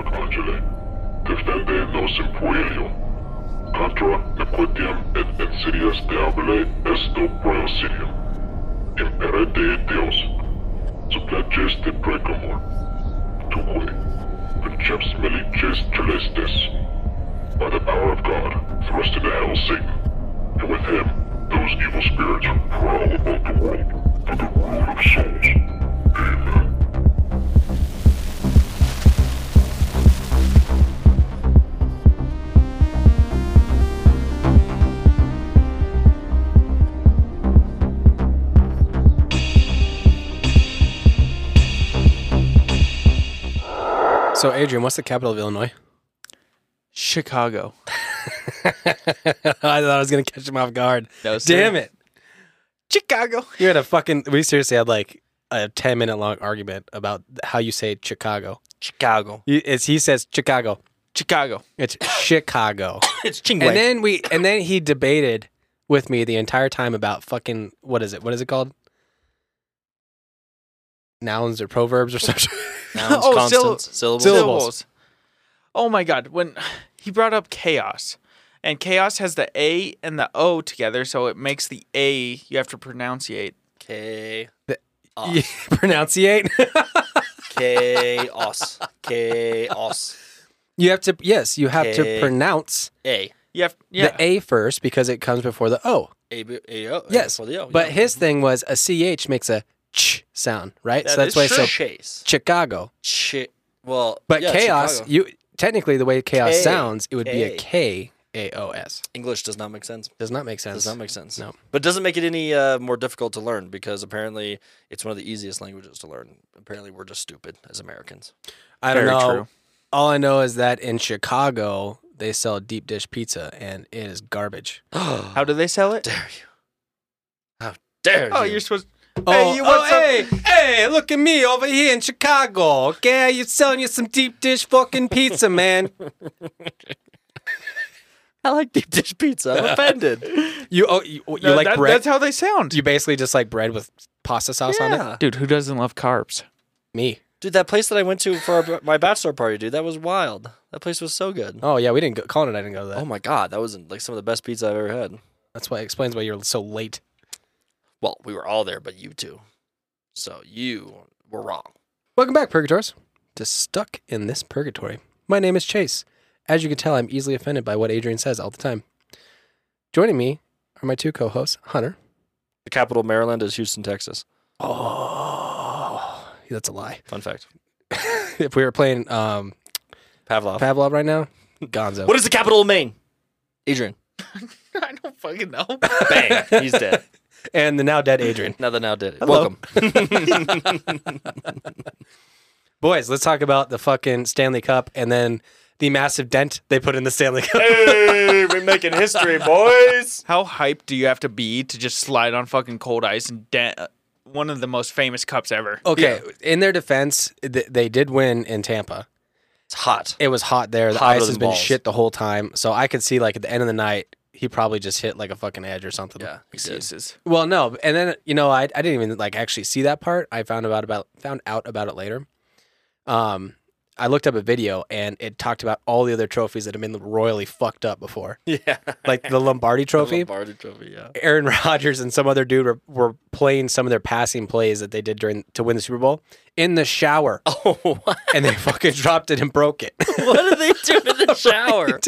odchodzili. Te wtedy nosem pojęli. Contra nequitiam et insidias diabole esto proesidium. Impere Dei Deus, supplaces te precamur. Tuque, conceps milices celestis. By the power of God, thrust into hell Satan, and with him, those evil spirits who prowl about the world for the ruin of souls. Amen. So, Adrian, what's the capital of Illinois? Chicago. I thought I was gonna catch him off guard. No, sir. Damn it! Chicago. You had a fucking. We seriously had like a ten minute long argument about how you say Chicago. Chicago. He, it's, he says Chicago. Chicago. It's Chicago. It's Chingway. and then we and then he debated with me the entire time about fucking what is it? What is it called? Nouns or proverbs or something. Nouns, Oh, constants, syll- syllables. syllables. Oh my god, when he brought up chaos. And chaos has the A and the O together, so it makes the A you have to pronunciate. K You pronunciate. K os K os you have to yes, you have to Okay. pronounce A You have yeah. the A first because it comes before the O. A B A O. Yes, for the O. but yeah. his thing was a ch makes a ch sound, right? so That that's is why true. so chase. Chicago. Chi- well, But yeah, chaos, Chicago. you technically the way chaos K. sounds, it would be a K. K A O S. English does not make sense. Does not make sense. Does not make sense. No. but it doesn't make it any uh, more difficult to learn because apparently it's one of the easiest languages to learn. Apparently, we're just stupid as Americans. I don't Very know. true. All I know is that in Chicago they sell deep dish pizza and it is garbage. How do they sell it? dare you? How dare Oh, you? you're supposed oh, Hey, you want oh, some- hey, hey, look at me over here in Chicago. Okay, you selling you some deep dish fucking pizza, man. I like deep dish pizza. I'm offended. You oh, you, you No, like that- bread? That's how they sound. you basically just like bread with pasta sauce on it. Yeah. Dude, who doesn't love carbs? Me. Dude, that place that I went to for our, my bachelor party, dude, that was wild. That place was so good. Oh yeah, we didn't go. Colin and I didn't go to that. Oh my god, that was like some of the best pizza I've ever had. That's why it explains why you're so late. Well, we were all there, but you two. So you were wrong. Welcome back, Purgators, to Stuck in This Purgatory. My name is Chase. As you can tell, I'm easily offended by what Adrian says all the time. Joining me are my two co hosts, Hunter. The capital of Maryland is Houston, Texas. Oh, that's a lie. Fun fact. If we were playing um, Pavlov. Pavlov right now, Gonzo. what is the capital of Maine? Adrian. I don't fucking know. Bang. He's dead. and the now dead Adrian. Now that now did it. Hello. Welcome. Boys, let's talk about the fucking Stanley Cup and then the massive dent they put in the Stanley Cup. hey, we're making history, boys. How hyped do you have to be to just slide on fucking cold ice and dent one of the most famous cups ever? Okay, in their defense, th- they did win in Tampa. It's hot. it was hot there. The Hotter ice has than been balls. shit the whole time. So I could see like at the end of the night, he probably just hit like a fucking edge or something. Yeah, he did. Excuses. Well, no, and then you know I, I didn't even like actually see that part. I found about about found out about it later. Um, I looked up a video and it talked about all the other trophies that have been royally fucked up before, Yeah. like the Lombardi Trophy. Lombardi trophy, yeah. Aaron Rodgers and some other dude were, were playing some of their passing plays that they did during to win the Super Bowl in the shower, Oh, what? and they fucking dropped it and broke it. what do they do in the shower?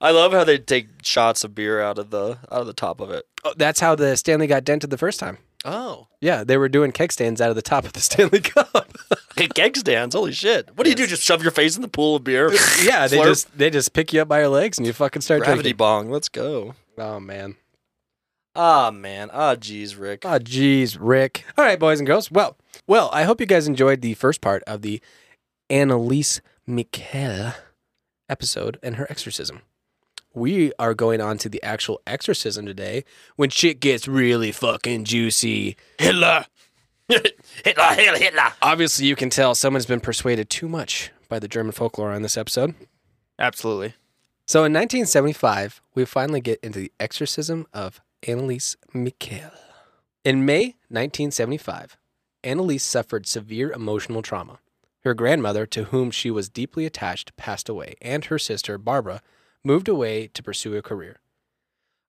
I love how they take shots of beer out of the out of the top of it. Oh, That's how the Stanley got dented the first time. Oh, Yeah, they were doing keg stands out of the top of the Stanley Cup. keg stands! Holy shit! What do you do? Just shove your face in the pool of beer? yeah, they Slurp. just they just pick you up by your legs and you fucking start gravity drinking. bong. Let's go. Oh man. Ah man. Ah jeez, Rick. Oh jeez, Rick. All right, boys and girls. Well, well, I hope you guys enjoyed the first part of the Annalise Michaela episode and her exorcism. We are going on to the actual exorcism today when shit gets really fucking juicy. Hitler. Hitler, Hitler, Hitler. Obviously, you can tell someone's been persuaded too much by the German folklore on this episode. Absolutely. So in 1975, we finally get into the exorcism of Annalise Mikhail. In May 1975, Annalise suffered severe emotional trauma. Her grandmother, to whom she was deeply attached, passed away, and her sister, Barbara, moved away to pursue a career.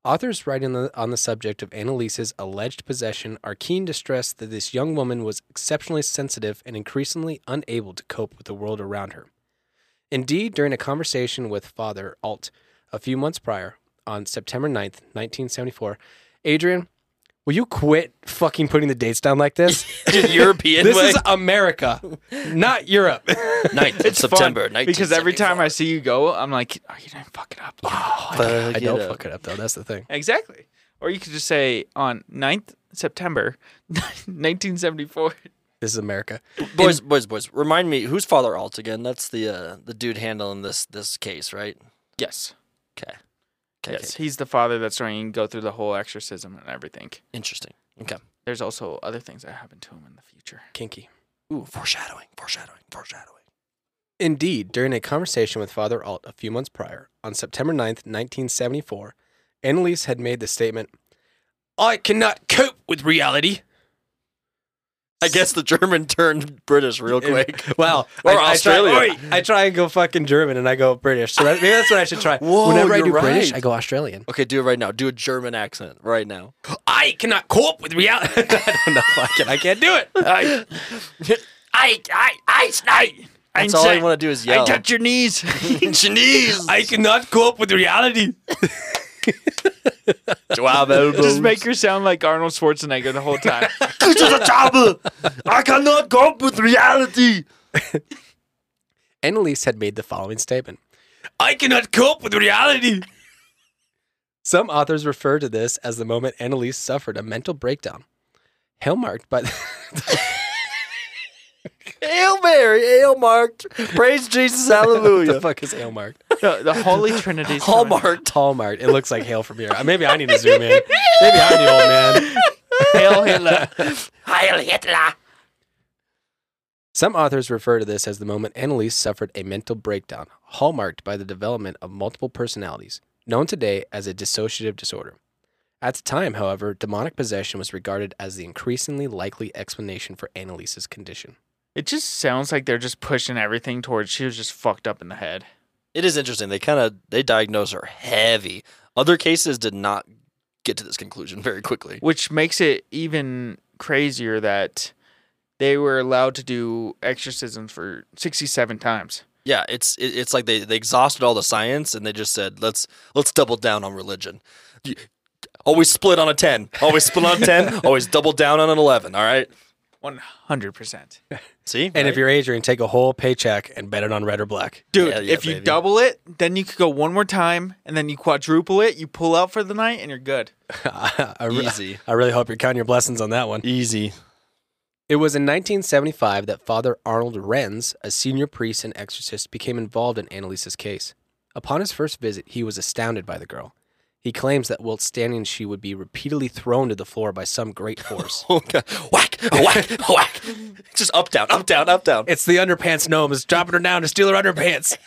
Authors writing the, on the subject of Annalise's alleged possession are keen to stress that this young woman was exceptionally sensitive and increasingly unable to cope with the world around her. Indeed, during a conversation with Father Alt a few months prior, on September 9th, 1974, Adrian, will you quit fucking putting the dates down like this? Just European this way. is America, not Europe. 9th of Fun, September, Because every time I see you go, I'm like, oh, you didn't fuck it up. Oh, I I don't fuck it up, though. That's the thing. Exactly. Or you could just say on 9th September 1974. This is America. Boys, boys, boys. Remind me, who's Father Alt again? That's the uh, the dude handling this this case, right? Yes. Okay. Okay. Yes. He's the father that's trying to go through the whole exorcism and everything. Interesting. Okay. There's also other things that happen to him in the future. Kinky. Ooh, foreshadowing, foreshadowing, foreshadowing. Indeed, during a conversation with Father Alt a few months prior, on September 9th, 1974, Annalise had made the statement, I cannot cope with reality. I guess the German turned British real quick. Well, Or I, I Australia. try, I try and go fucking German and I go British. So that, maybe that's what I should try. Whoa, Whenever I you're do British, right. I go Australian. Okay, do it right now. Do a German accent right now. I cannot cope with reality. I don't know. I can't, I can't do it. I, I, I, I, I, That's all I want to do is yell. your knees. Chinese. I cannot cope with reality. job elbows. Just make her sound like Arnold Schwarzenegger the whole time. This is a job. I cannot cope with reality. Annalise had made the following statement I cannot cope with reality. Some authors refer to this as the moment Annalise suffered a mental breakdown, hallmarked by Hail Mary, hail marked. Praise Jesus, hallelujah. what the fuck is hallmarked? the, the Holy Trinity's coming. Hallmarked. Hallmarked. It looks like hail from here. Maybe I need to zoom in. Maybe I'm the old man. Hail Hitler. Heil Hitler. Some authors refer to this as the moment Annalise suffered a mental breakdown, hallmarked by the development of multiple personalities, known today as a dissociative disorder. At the time, however, demonic possession was regarded as the increasingly likely explanation for Annalise's condition. It just sounds like they're just pushing everything towards she was just fucked up in the head. It is interesting. They kind of they diagnose her heavy. Other cases did not get to this conclusion very quickly. Which makes it even crazier that they were allowed to do exorcisms for 67 times. Yeah, it's it, it's like they, they exhausted all the science and they just said let's let's double down on religion. You- always split on a ten. Always split on a ten. Always double down on an eleven. All right. 100%. See, And if you're Adrian, take a whole paycheck and bet it on red or black. Dude, Yeah, yeah, if you baby. double it, then you could go one more time, and then you quadruple it, you pull out for the night, and you're good. I re- Easy. I really hope you're counting your blessings on that one. easy. It was in 1975 that Father Arnold Renz, a senior priest and exorcist, became involved in Annalise's case. Upon his first visit, he was astounded by the girl. He claims that whilst standing, she would be repeatedly thrown to the floor by some great force. Oh, God. Whack, whack, whack. Just up, down, up, down, up, down. it's the underpants gnome is dropping her down to steal her underpants.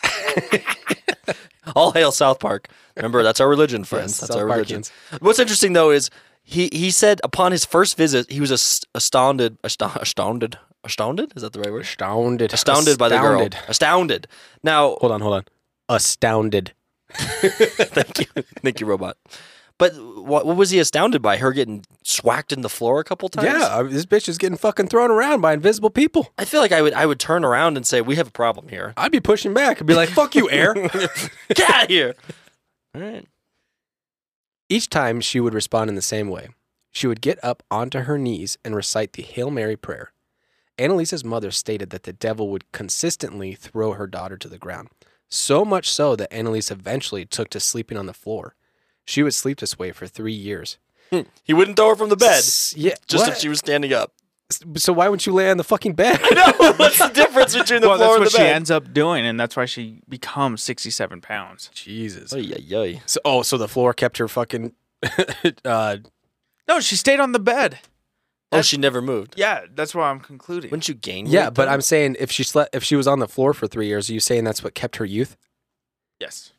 All hail South Park. Remember, that's our religion, friends. Yes, that's South our religion. Parkians. What's interesting though is he he said upon his first visit he was ast- astounded, ast- astounded, astounded. Is that the right word? Astounded. Astounded, by the girl. Astounded. Astounded. Now, Hold on, hold on. Astounded. thank you, thank you, robot. But what, what was he astounded by? Her getting swacked in the floor a couple times. Yeah, I mean, this bitch is getting fucking thrown around by invisible people. I feel like I would I would turn around and say we have a problem here. I'd be pushing back and be like, fuck you, air. Get out of here. All right. Each time she would respond in the same way. She would get up onto her knees and recite the Hail Mary prayer. Annalisa's mother stated that the devil would consistently throw her daughter to the ground, so much so that Annalisa eventually took to sleeping on the floor. She would sleep this way for three years. He wouldn't throw her from the bed S- yeah, just what? if she was standing up. So why wouldn't you lay on the fucking bed? No, what's the difference between the well, that's floor and what the she bed? ends up doing, and that's why she becomes 67 pounds. Jesus. Oy, oy, oy. So, oh, so the floor kept her fucking. uh, No, she stayed on the bed. Oh, she never moved. Yeah, that's why I'm concluding. Wouldn't you gain? yeah, weight, but though? I'm saying if she slept, if she was on the floor for three years, are you saying that's what kept her youth? yes.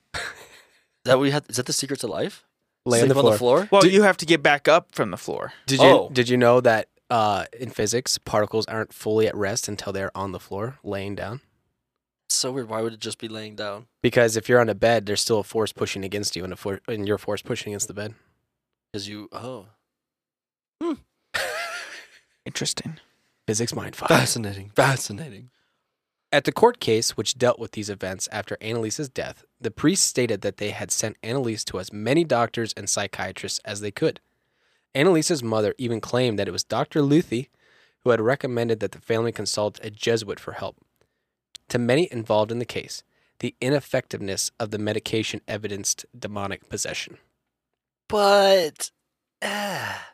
that we had. Is that the secret to life? Lay on Sleep the floor. on the floor. Well, Did- you have to get back up from the floor. Did you Oh. did you know that uh, in physics, particles aren't fully at rest until they're on the floor, laying down. It's so weird. Why would it just be laying down? Because if you're on a bed, there's still a force pushing against you, and a for- and your force pushing against the bed. Because you. Oh, Interesting. Physics mindfuck. fascinating. Fascinating. At the court case, which dealt with these events after Annalise's death, the priests stated that they had sent Annalise to as many doctors and psychiatrists as they could. Annalise's mother even claimed that it was Dr. Luthi who had recommended that the family consult a Jesuit for help. To many involved in the case, the ineffectiveness of the medication evidenced demonic possession. But. ah,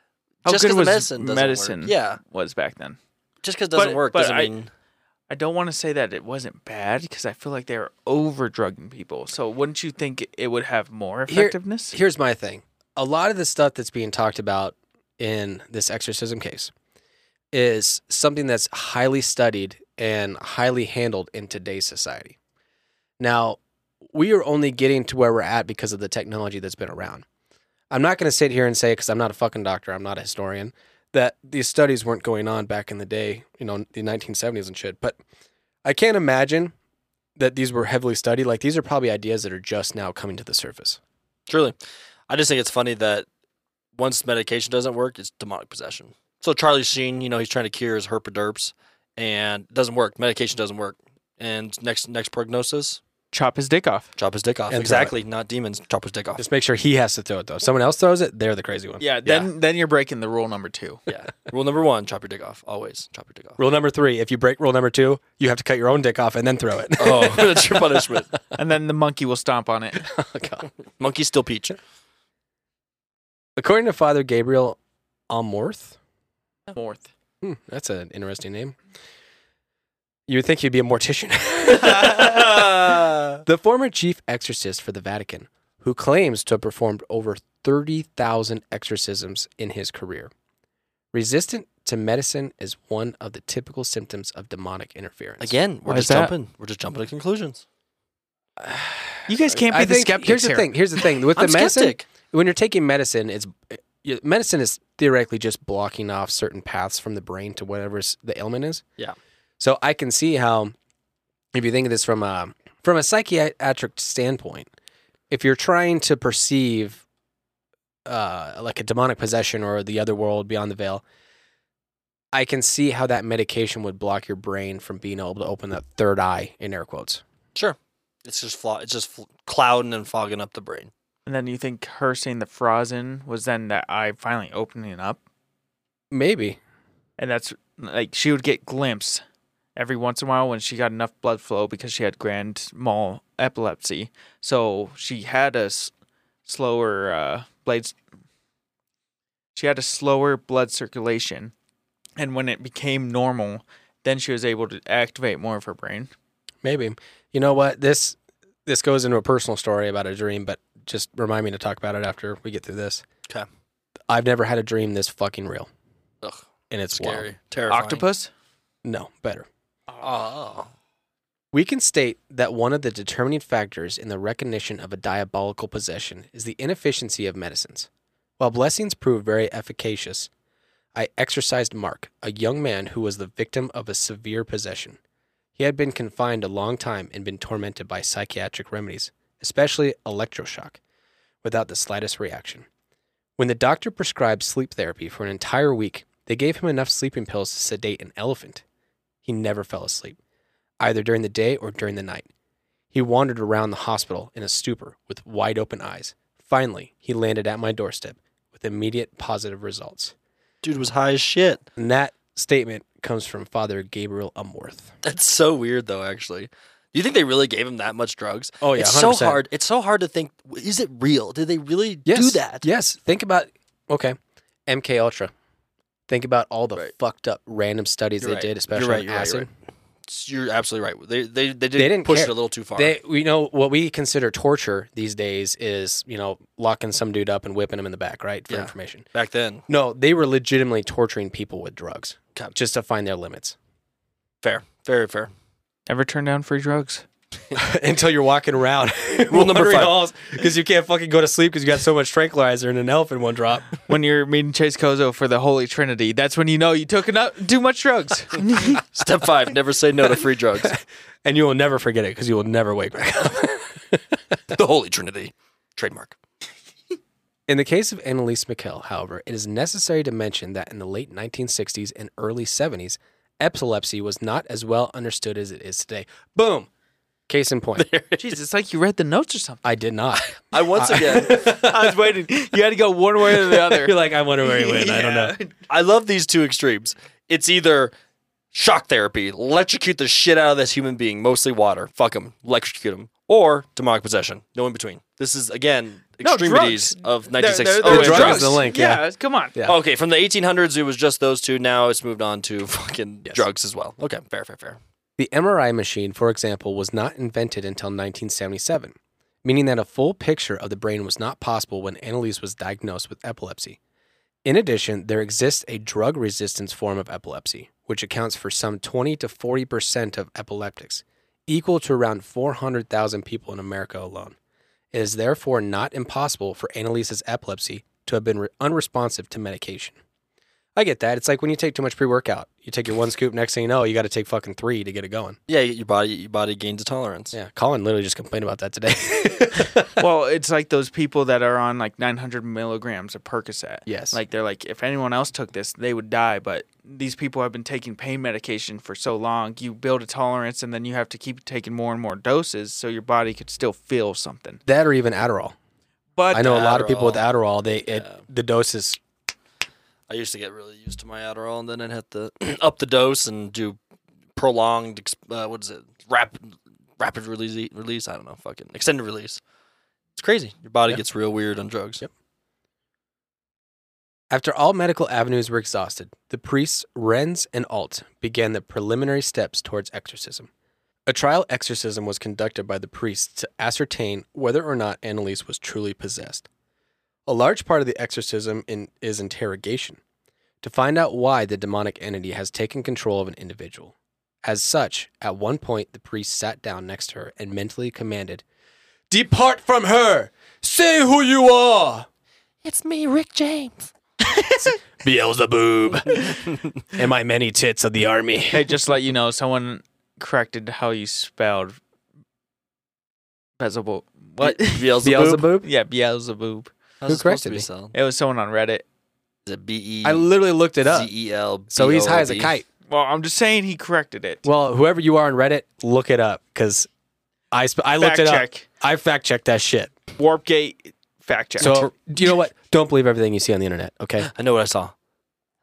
How just good 'cause was the medicine doesn't medicine? Work. Yeah. Was back then. Just because it But- doesn't work but doesn't I- mean. I don't want to say that it wasn't bad because I feel like they were over drugging people. So wouldn't you think it would have more Here- effectiveness? Here's my thing. A lot of the stuff that's being talked about in this exorcism case is something that's highly studied and highly handled in today's society. Now, we are only getting to where we're at because of the technology that's been around. I'm not going to sit here and say because I'm not a fucking doctor, I'm not a historian, that these studies weren't going on back in the day, you know, the 1970s and shit, but I can't imagine that these were heavily studied. Like these are probably ideas that are just now coming to the surface. Truly. I just think it's funny that once medication doesn't work, it's demonic possession. So Charlie Sheen, you know, he's trying to cure his herpaderps and it doesn't work. Medication doesn't work. And next next prognosis, Chop his dick off. chop his dick off. And throw it. exactly. Not demons, chop his dick off. Just make sure he has to throw it though. If someone else throws it, they're the crazy one. Yeah. Then then you're breaking the rule number two. yeah. Rule number one, chop your dick off. Always chop your dick off. Rule number three: If you break rule number two, you have to cut your own dick off and then throw it. Oh, that's your punishment. and then the monkey will stomp on it. Oh, God. Monkey still peach. According to Father Gabriel Amorth, Fourth. hmm, that's an interesting name. You would think he'd be a mortician. the former chief exorcist for the Vatican, who claims to have performed over 30,000 exorcisms in his career. Resistant to medicine is one of the typical symptoms of demonic interference. Again, we're Why is just that? jumping. We're just jumping to conclusions. You guys can't be I the think- skeptics Here's the here. thing. Here's the thing. With the I'm medicine, skeptic. when you're taking medicine, it's y- medicine is theoretically just blocking off certain paths from the brain to whatever s- the ailment is. Yeah. So I can see how, if you think of this from a from a psychiatric standpoint, if you're trying to perceive, uh, like a demonic possession or the other world beyond the veil. I can see how that medication would block your brain from being able to open that third eye in air quotes. Sure. It's just flaw it's just fl- clouding and fogging up the brain. And then you think her saying the frozen was then that eye finally opening up. Maybe. And that's like she would get glimpse every once in a while when she got enough blood flow because she had grand mal epilepsy. So she had a s- slower uh, blades. She had a slower blood circulation. And when it became normal, then she was able to activate more of her brain. Maybe. You know what? This this goes into a personal story about a dream, but just remind me to talk about it after we get through this. 'Kay. I've never had a dream this fucking real, Ugh, and it's wild. scary. Terrifying. Octopus? No, better. Oh. We can state that one of the determining factors in the recognition of a diabolical possession is the inefficiency of medicines. While blessings proved very efficacious, I exorcised Mark, a young man who was the victim of a severe possession. He had been confined a long time and been tormented by psychiatric remedies, especially electroshock, without the slightest reaction. When the doctor prescribed sleep therapy for an entire week, they gave him enough sleeping pills to sedate an elephant. He never fell asleep either during the day or during the night. He wandered around the hospital in a stupor with wide open eyes. Finally, he landed at my doorstep with immediate positive results. Dude was high as shit. And that statement comes from Father Gabriel Umworth. That's so weird, though. Actually, do you think they really gave him that much drugs? Oh, yeah, it's so 100%. hard. It's so hard to think. Is it real? Did they really do that? Yes. Think about okay, MK Ultra. Think about all the fucked up random studies You're they right. did, You're especially right, on you're right, acid. you're It's- You're absolutely right. They they they, did They didn't push care. it a little too far. They, we know what we consider torture these days is you know locking some dude up and whipping him in the back, right, for Yeah. information. Back then, No, they were legitimately torturing people with drugs Okay. just to find their limits. fair, very fair. Ever turn down free drugs? until you're walking around. Rule number five. Because you can't fucking go to sleep because you got so much tranquilizer and an elf in one drop. when you're meeting Chase Kozo for the Holy Trinity, that's when you know you took enough, too much drugs. Step five: never say no to free drugs. And you will never forget it because you will never wake back up. the Holy Trinity, trademark. In the case of Annalise Mikkel, however, it is necessary to mention that in the late 1960s and early 70s, epilepsy was not as well understood as it is today. Boom. Case in point. Jeez, it's like you read the notes or something. I did not. I once again, I was waiting. You had to go one way or the You're like, I wonder where he went. I don't know. I love these two extremes. It's either shock therapy, electrocute the shit out of this human being, mostly water, fuck him, electrocute him, or demonic possession. No in between. This is again No, extremities of 1960s. they're Oh, and drugs. drugs. the link, yeah. come on. Yeah. Okay, from the 1800s, it was just those two. Now it's moved on to fucking drugs as well. Okay, fair, fair, fair. The MRI machine, for example, was not invented until 1977, meaning that a full picture of the brain was not possible when Annalise was diagnosed with epilepsy. In addition, there exists a drug resistance form of epilepsy, which accounts for some 20 to 40% of epileptics, equal to around 400,000 people in America alone. It is therefore not impossible for Annalise's epilepsy to have been re- unresponsive to medication. I get that. It's like when you take too much pre workout. You take your one scoop, next thing you know, you got to take fucking three to get it going. Yeah, your body, your body gains a tolerance. Yeah, Colin literally just complained about that today. Well, it's like those people that are on like 900 milligrams of Percocet. Yes. Like they're like, if anyone else took this, they would die. But these people have been taking pain medication for so long, you build a tolerance, and then you have to keep taking more and more doses so your body could still feel something. that or even Adderall. But I know a lot of people with Adderall. Adderall. They it, the dose is I used to get really used to my Adderall, and then I'd have to up the dose and do prolonged, ex- uh, what is it, rapid, rapid release, release. I don't know, fucking extended release. It's crazy. Your body Yeah. gets real weird on drugs. Yep. After all medical avenues were exhausted, the priests Renz and Alt began the preliminary steps towards exorcism. A trial exorcism was conducted by the priests to ascertain whether or not Annalise was truly possessed. A large part of the exorcism in, is interrogation, to find out why the demonic entity has taken control of an individual. As such, at one point, the priest sat down next to her and mentally commanded, Depart from her! Say who you are! It's me, Rick James. Beelzebub. and my many tits of the army. Hey, just to let you know, someone corrected how you spelled Beelzebub. What? Beelzebub. yeah, Beelzebub. How's Who it supposed corrected to be me? spelled? It was someone on Reddit. Is it B E I literally looked it up. Z E L? So he's high as a B E O O B? kite. Well, I'm just saying he corrected it. Well, whoever you are on Reddit, look it up because I sp- I looked Fact it check. up. I fact checked that shit. Warp gate fact check. So do you know what? Don't believe everything you see on the internet. Okay, I know what I saw.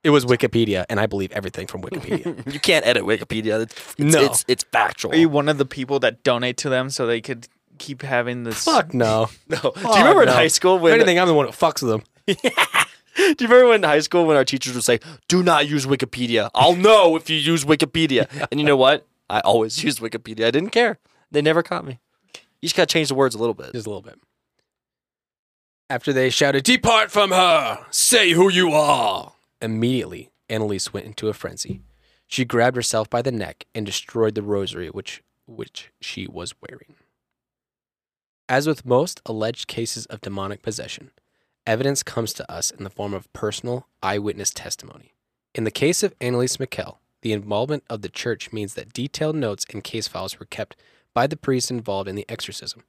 it was Wikipedia, and I believe everything from Wikipedia. You can't edit Wikipedia. It's, it's, No. it's, it's factual. Are you one of the people that donate to them so they could keep having this? Fuck no. Oh, no. Do you Fuck remember in no. high school If when? anything, I'm the one that fucks with them. Do you remember when in high school when our teachers would say, "Do not use Wikipedia. I'll know if you use Wikipedia." And you know what? I always used Wikipedia. I didn't care. They never caught me. You just gotta change the words a little bit. Just a little bit. After they shouted, Depart from her! Say who you are! Immediately, Annalise went into a frenzy. She grabbed herself by the neck and destroyed the rosary which, which she was wearing. As with most alleged cases of demonic possession, evidence comes to us in the form of personal eyewitness testimony. In the case of Annalise McKell, the involvement of the church means that detailed notes and case files were kept by the priests involved in the exorcism.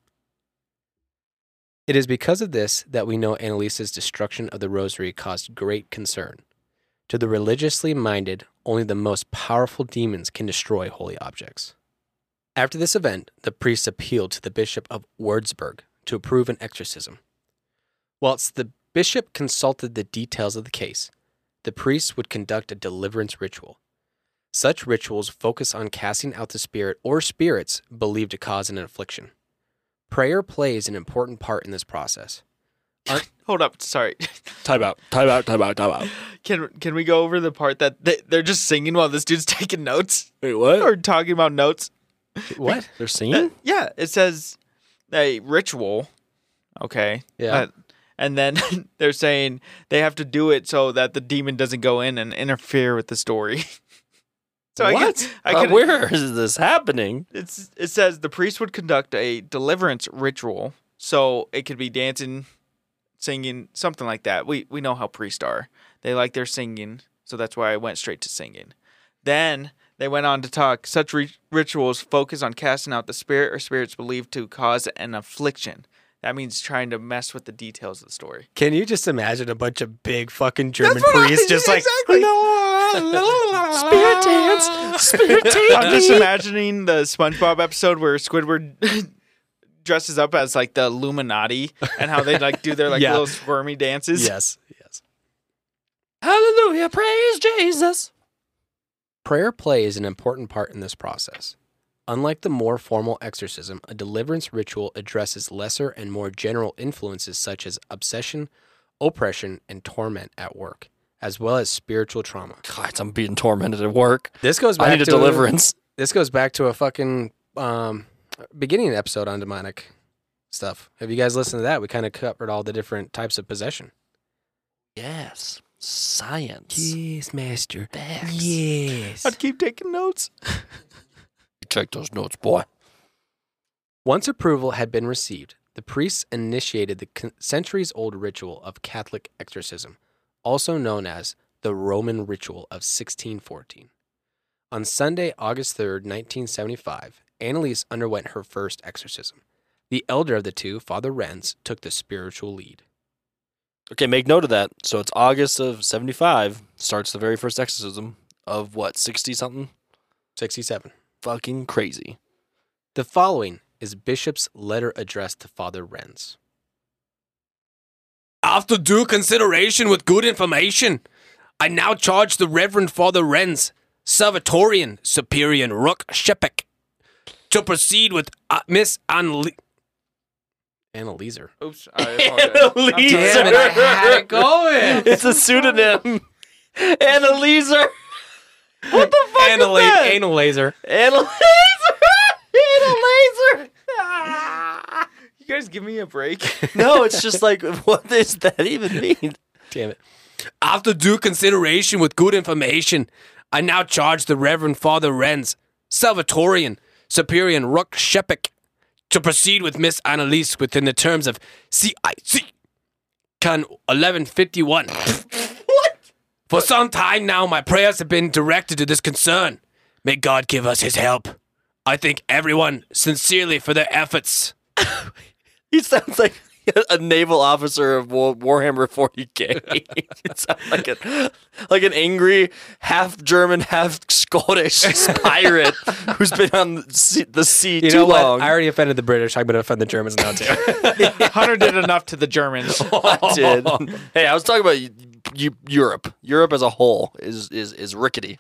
It is because of this that we know Annalise's destruction of the rosary caused great concern. To the religiously minded, only the most powerful demons can destroy holy objects. After this event, the priests appealed to the Bishop of Würzburg to approve an exorcism. Whilst the bishop consulted the details of the case, the priests would conduct a deliverance ritual. Such rituals focus on casting out the spirit or spirits believed to cause an affliction. Prayer plays an important part in this process. Hold up, sorry. Time out. Time out. Time out. Time out. Can can we go over the part that they, they're just singing while this dude's taking notes Wait, Uh, what? or talking about notes? What? They're singing? Yeah, it says a ritual. Okay. Uh, Yeah. and then they're saying they have to do it so that the demon doesn't go in and interfere with the story. So I what? could, I Uh, could, where is this happening? it's, it says the priest would conduct a deliverance ritual. So it could be dancing, singing, something like that. We we know how priests are. They like their singing, so that's why I went straight to singing. Then they went on to talk such ri- rituals focus on casting out the spirit or spirits believed to cause an affliction. That means trying to mess with the details of the story. Can you just imagine a bunch of big fucking German what I- priests just like exactly. spirit dance, spirit I'm just imagining the SpongeBob episode where Squidward dresses up as like the Illuminati and how they like do their like Yeah. little squirmy dances. yes, yes. Hallelujah, praise Jesus. Prayer plays an important part in this process. Unlike the more formal exorcism, a deliverance ritual addresses lesser and more general influences such as obsession, oppression, and torment at work, as well as spiritual trauma. God, I'm being tormented at work. This goes back I need a to deliverance. This goes back to a fucking um, beginning episode on demonic stuff. Have you guys listened to that? We kind of covered all the different types of possession. Yes, science. Yes, master. Facts. Yes. I'd keep taking notes. Check those notes, boy. Once approval had been received, the priests initiated the con- centuries old ritual of Catholic exorcism, also known as the Roman Ritual of 1614. On Sunday, August 3rd, 1975, Annalise underwent her first exorcism. The elder of the two, Father Renz, took the spiritual lead. Okay, make note of that. So it's August of 75, starts the very first exorcism of what, 60 something? 67. Fucking crazy. The following is Bishop's letter addressed to Father Renz. After due consideration with good information, I now charge the Reverend Father Renz, Salvatorian Superior and Rook Shepik, to proceed with uh, Miss Annalise. Annalise. Oops. I apologize. Annalise. Damn it, I had it going. It's a pseudonym. Annalisa. What the fuck? Annalise. Is that? Annalise. Annalisa. Annalisa. you guys give me a break. no, it's just like, what does that even mean? Damn it. After due consideration with good information, I now charge the Reverend Father Renz, Salvatorian, Superior and Rook Shepik, to proceed with Miss Annalise within the terms of CIC Can 1151. What? For some time now, my prayers have been directed to this concern. May God give us his help. I thank everyone sincerely for their efforts. He sounds like a naval officer of War- Warhammer 40k. it sounds like an like an angry half German, half Scottish pirate who's been on the sea, the sea too long. already offended the British. I'm going to offend the Germans now, too. Hunter did enough to the Germans. I did. Hey, I was talking about Eu- Eu- Europe. Europe as a whole is is is rickety.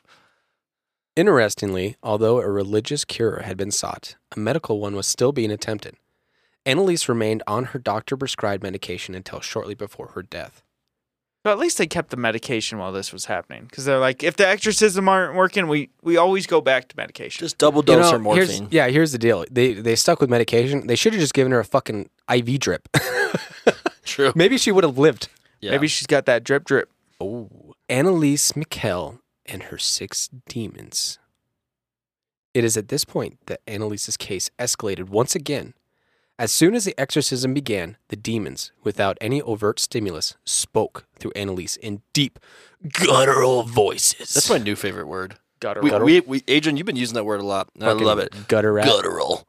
Interestingly, although a religious cure had been sought, a medical one was still being attempted. Annalise remained on her doctor prescribed medication until shortly before her death. But at least they kept the medication while this was happening, because they're like, if the exorcism aren't working, we we always go back to medication. Just double You dose know, or here's- morphine. yeah, here's the deal. They they stuck with medication. They should have just given her a fucking IV drip. True. Maybe she would have lived. Yeah. Maybe she's got that drip drip. Oh. Annalise Mikkel and her six demons. It is at this point that Annalise's case escalated once again. As soon as the exorcism began, the demons, without any overt stimulus, spoke through Annalise in deep, guttural voices. that's my new favorite word. Got her. We, right. we, we, Adrian, you've been using that word a lot. I Fucking love it. Guttural. Guttural.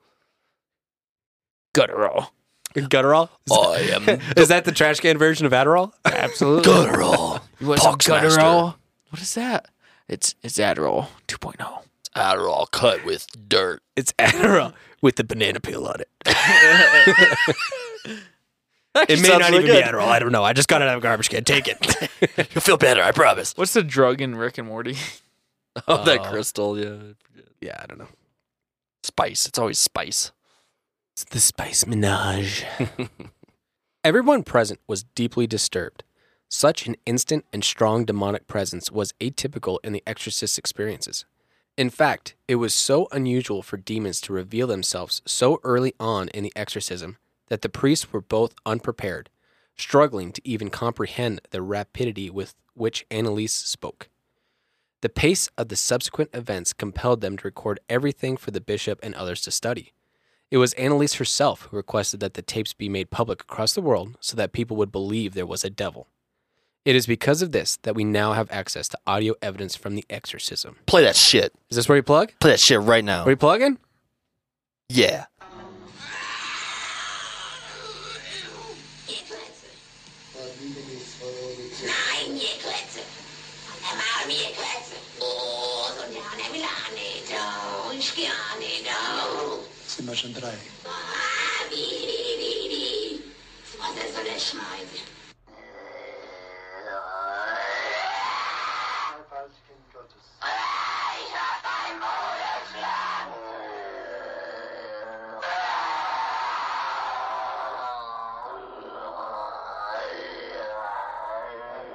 guttural. guttural? Is, I am is that the trash can version of Adderall? Absolutely. guttural. You want Pox some master. Gutturol? What is that? It's it's Adderall oh. 2.0. Adderall cut with dirt. It's Adderall with the banana peel on it. It may sounds not really even good. be Adderall. I don't know. I just got it out of a garbage can. Take it. You'll feel better, I promise. What's the drug in Rick and Morty? Oh, that Uh, crystal, yeah. yeah, I don't know. Spice. It's always spice. It's the spice menage. Everyone present was deeply disturbed. Such an instant and strong demonic presence was atypical in the exorcist's experiences. In fact, it was so unusual for demons to reveal themselves so early on in the exorcism that the priests were both unprepared, struggling to even comprehend the rapidity with which Annalise spoke. The pace of the subsequent events compelled them to record everything for the bishop and others to study. It was Annalise herself who requested that the tapes be made public across the world so that people would believe there was a devil. It is because of this that we now have access to audio evidence from the exorcism. Play that shit. Is this where you plug? Play that shit right now. Are you plugging? Yeah. Nicholas. I'm Nicholas. I'm out Nicholas. Oh, go down every line. Don't scan it. No. Dimension 3. Ah, bee, bee, bee, bee. Was ist so der Schneid? Als Kind Gottes. Ich hab ein Moderschlag.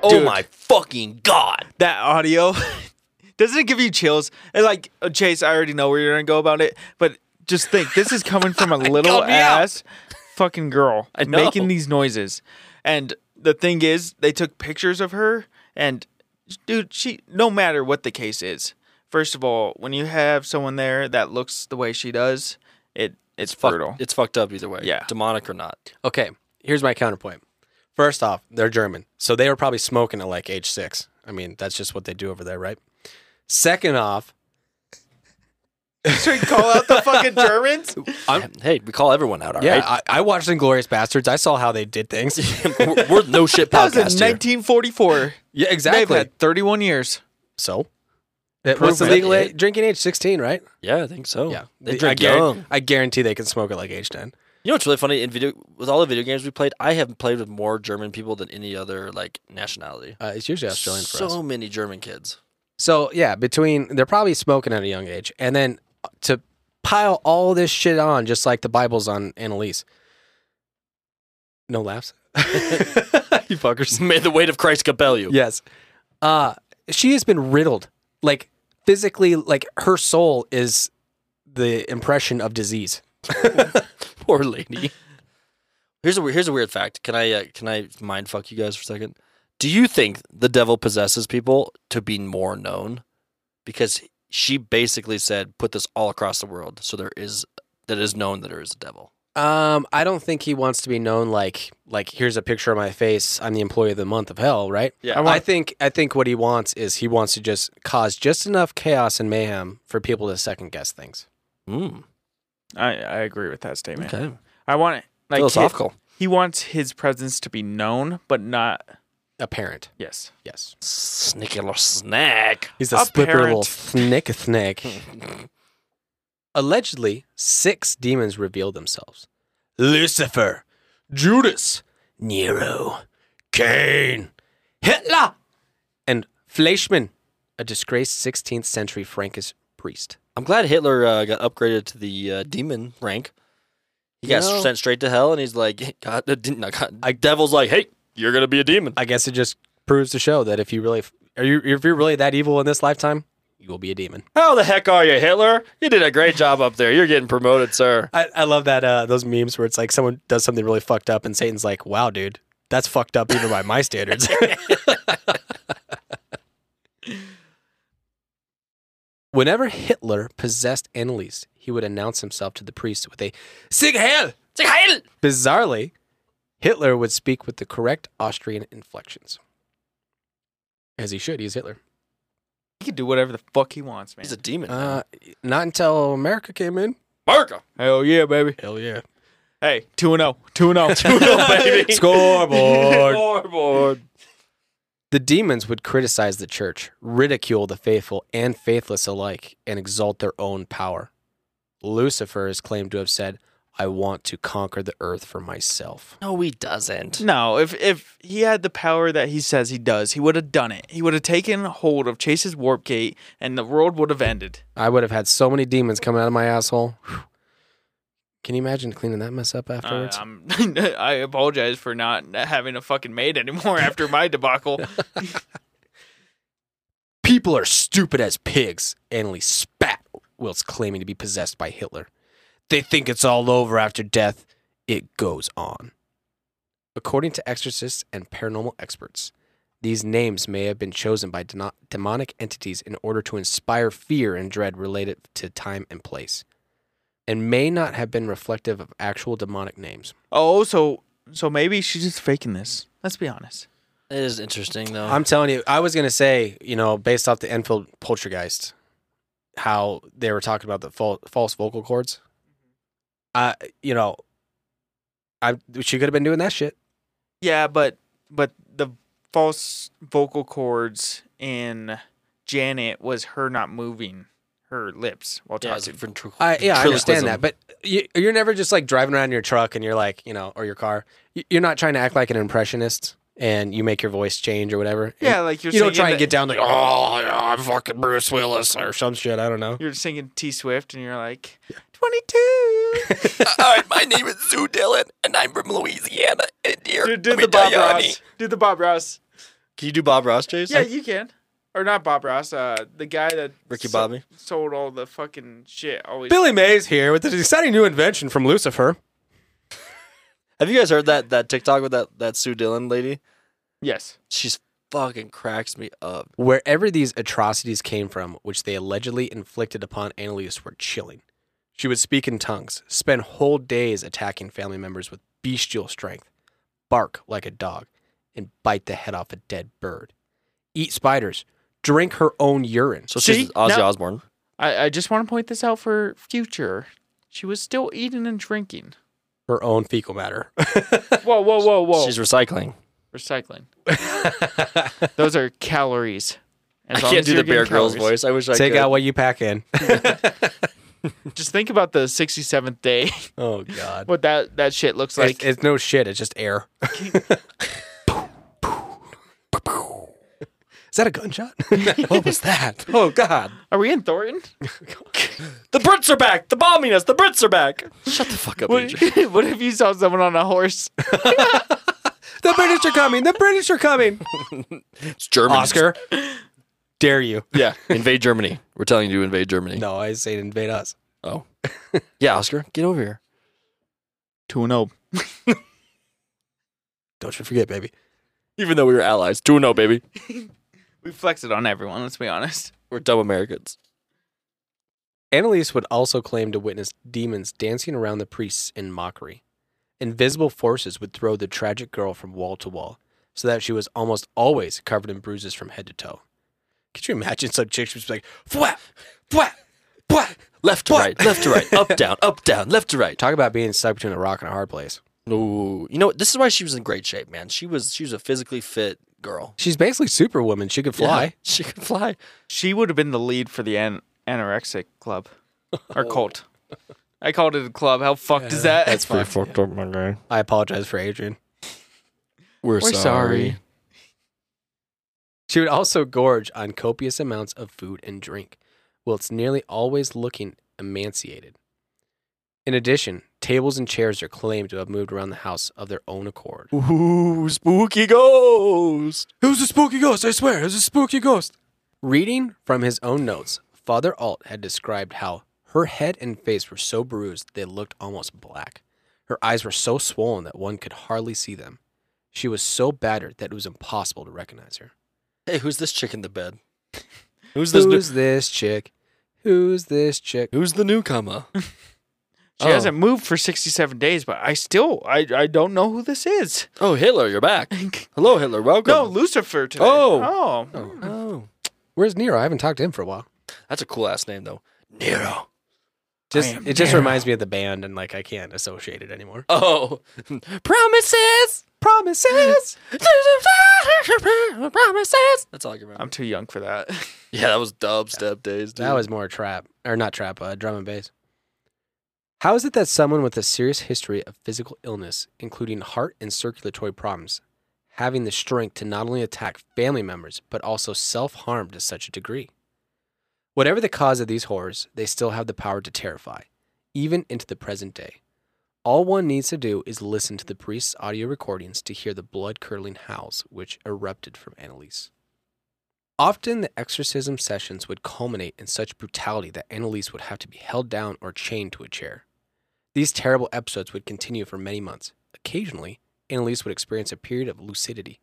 Oh my fucking god. that audio doesn't it give you chills and like uh, chase i already know where you're gonna go about it but just think this is coming from a little called me out. ass fucking girl I know. making these noises and the thing is they took pictures of her and dude she no matter what the case is first of all when you have someone there that looks the way she does it it's, Fuck- brutal it's fucked up either way. Yeah. Demonic or not. Okay, here's my counterpoint. First off, they're German, so they were probably smoking at like age six. I mean, that's just what they do over there, right? Second off, should we call out the fucking germans hey, we call everyone out, all yeah, right? I, I watched Inglorious Bastards. I saw how they did things. we're, we're no shit that was in podcast here. 1944 yeah, they've exactly. had 31 years so, that, what's the Prove it. legal age? drinking age? Sixteen, right? Yeah, I think so. Yeah, They The- drink I, guar- young. I guarantee they can smoke at like age ten. You know what's really funny in video with all the video games we played, I haven't played with more German people than any other like nationality. Uh, it's usually Australian for so us. many German kids. So yeah, between they're probably smoking at a young age, and then to pile all this shit on, just like the Bible's on Annalise. No laughs. you fuckers. May the weight of Christ compel you. Yes. Uh she has been riddled. Like physically, like her soul is the impression of disease. Poor lady. Here's a we- here's a weird fact. Can I uh, can I mind fuck you guys for a second? Do you think the devil possesses people to be more known? Because she basically said, "Put this all across the world, so there is that is known that there is a devil." Um, I don't think he wants to be known like like here's a picture of my face. I'm the employee of the month of hell, right? Yeah. I I, think I think what he wants is he wants to just cause just enough chaos and mayhem for people to second guess things. Mm, I, I agree with that statement. okay, I want it like philosophical. He, he wants his presence to be known, but not Apparent, yes. yes. Sneaky little snack. He's a slippery Apparent. little snick snake. Allegedly, six demons revealed themselves: Lucifer, Judas, Nero, Cain, Hitler, and Fleischmann, a disgraced 16th century Frankish priest. I'm glad Hitler uh, got upgraded to the uh, demon rank. He got You know- sent straight to hell, and he's like, God, uh, didn't- not God, devil's like, hey, you're gonna be a demon. I guess it just proves to show that if you really are you if you're really that evil in this lifetime, you will be a demon. How the heck are you, Hitler? You did a great job up there. You're getting promoted, sir. I, I love that uh, those memes where it's like someone does something really fucked up and Satan's like, "Wow, dude, that's fucked up even by my standards." Whenever Hitler possessed Annalise, he would announce himself to the priest with a "Sig Heil." Sig Heil! Bizarrely, Hitler would speak with the correct Austrian inflections, as he should. He's Hitler. He can do whatever the fuck he wants, man. He's a demon. now. Uh, not until America came in. America. Hell yeah, baby. Hell yeah. Hey, 2 and 0. 2 and 0. 2 0, baby. Scoreboard. Scoreboard. the demons would criticize the church, ridicule the faithful and faithless alike, and exalt their own power. Lucifer is claimed to have said, I want to conquer the earth for myself. No, he doesn't. No, if if he had the power that he says he does, he would have done it. He would have taken hold of Chase's warp gate and the world would have ended. I would have had so many demons coming out of my asshole. Whew. Can you imagine cleaning that mess up Uh, afterwards? I'm- I apologize for not having a fucking maid anymore after my debacle. People are stupid as pigs, Annalise spat whilst claiming to be possessed by Hitler. They think it's all over after death. It goes on. According to exorcists and paranormal experts, These names may have been chosen by deno- demonic entities in order to inspire fear and dread related to time and place, and may not have been reflective of actual demonic names. Oh, so so maybe she's just faking this. Let's be honest. It is interesting Uh-huh. though. I'm telling you, I was gonna say, you know, based off the Enfield poltergeist, how they were talking about the fal- false vocal cords. Uh, Mm-hmm. you know, I she could have been doing that shit. Yeah, but but the false vocal cords in Janet was her not moving her lips while yeah, it's talking. ventricle- I yeah, I understand ventriloquism. that, but you, you're never just like driving around in your truck and you're like, you know, or your car. You- You're not trying to act like an impressionist and you make your voice change or whatever. And yeah, like you're you don't singing try and the- get down like, oh, yeah, I'm fucking Bruce Willis or some shit. I don't know. You're singing T Swift and you're like twenty two. All right, my name is Sue Dillon, and I'm from Louisiana. And dear, Do, let do me the tell Bob you, honey. Ross. Do the Bob Ross. Can you do Bob Ross, Chase? Yeah, you can. Or not Bob Ross. Uh, the guy that Ricky so- Bobby. sold all the fucking shit. Always. Billy Mays here with an exciting new invention from Lucifer. Have you guys heard that that TikTok with that that Sue Dillon lady? Yes. She's fucking cracks me up. Wherever these atrocities came from, which they allegedly inflicted upon Annalise, were chilling. She would speak in tongues, spend whole days attacking family members with bestial strength, bark like a dog, and bite the head off a dead bird, eat spiders, drink her own urine. So See? she's Ozzy Now- Osbourne. I, I just want to point this out for future. She was still eating and drinking. her own fecal matter. Whoa, whoa, whoa, whoa. She's recycling. Recycling. Those are calories. As I long can't as do you're the Bear getting Girls calories. voice. I wish I Take could. out what you pack in. Just think about the 67th day, oh God. what that, that shit looks It's- like. it's, no shit. It's just air. Is that a gunshot? what was that? Oh God! are we in Thornton? The Brits are back. The bombing us. The Brits are back. Shut the fuck up, What, AJ. what if you saw someone on a horse? The British are coming. The British are coming. It's Germany. Oscar, dare you? Yeah. Invade Germany. We're telling you to invade Germany. No, I say invade us. Oh. yeah, Oscar, get over here. 2 0. Don't you forget, baby. Even though we were allies. 2 0, baby. We flexed it on everyone, let's be honest. We're dumb Americans. Annalise would also claim to witness demons dancing around the priests in mockery. Invisible forces would throw the tragic girl from wall to wall, so that she was almost always covered in bruises from head to toe. Could you imagine some chick? She was like, "Fwah, fwah, fwah." Left to right, left to right, up, down, up, down, left to right. Talk about being stuck between a rock and a hard place. No, you know what? This is why she was in great shape, man. She was she was a physically fit girl. She's basically Superwoman. She could fly. Yeah, she could fly. She would have been the lead for the an- anorexic club or cult. I called it a club. How fucked is that? That's fine. fucked up, my guy. I apologize for Adrian. We're, We're sorry. She would also gorge on copious amounts of food and drink, whilst nearly always looking emaciated. In addition, tables and chairs are claimed to have moved around the house of their own accord. Ooh, spooky ghost. It was a spooky ghost, I swear, it was a spooky ghost. Reading from his own notes, Father Alt had described how her head and face were so bruised they looked almost black. Her eyes were so swollen that one could hardly see them. She was so battered that it was impossible to recognize her. Hey, who's this chick in the bed? Who's Who's this? New- this, chick? Who's this chick? who's the newcomer? She Oh. hasn't moved for 67 days, but I still I I don't know who this is. Oh, Hitler, you're back. Hello, Hitler. Welcome. No, Lucifer today. Oh. Oh. Oh, Where's Nero? I haven't talked to him for a while. that's a cool ass name though. Nero. Just am it just Nero. reminds me of the band, and like I can't associate it anymore. Oh, promises, promises, promises. That's all I can remember. I'm too young for that. yeah, that was dubstep days. Dude. That was more trap, or not trap, uh, drum and bass. How is it that someone with a serious history of physical illness, including heart and circulatory problems, having the strength to not only attack family members, but also self harm to such a degree? Whatever the cause of these horrors, they still have the power to terrify, even into the present day. All one needs to do is listen to the priest's audio recordings to hear the blood curdling howls which erupted from Annalise. Often the exorcism sessions would culminate in such brutality that Annalise would have to be held down or chained to a chair. These terrible episodes would continue for many months. Occasionally, Annalise would experience a period of lucidity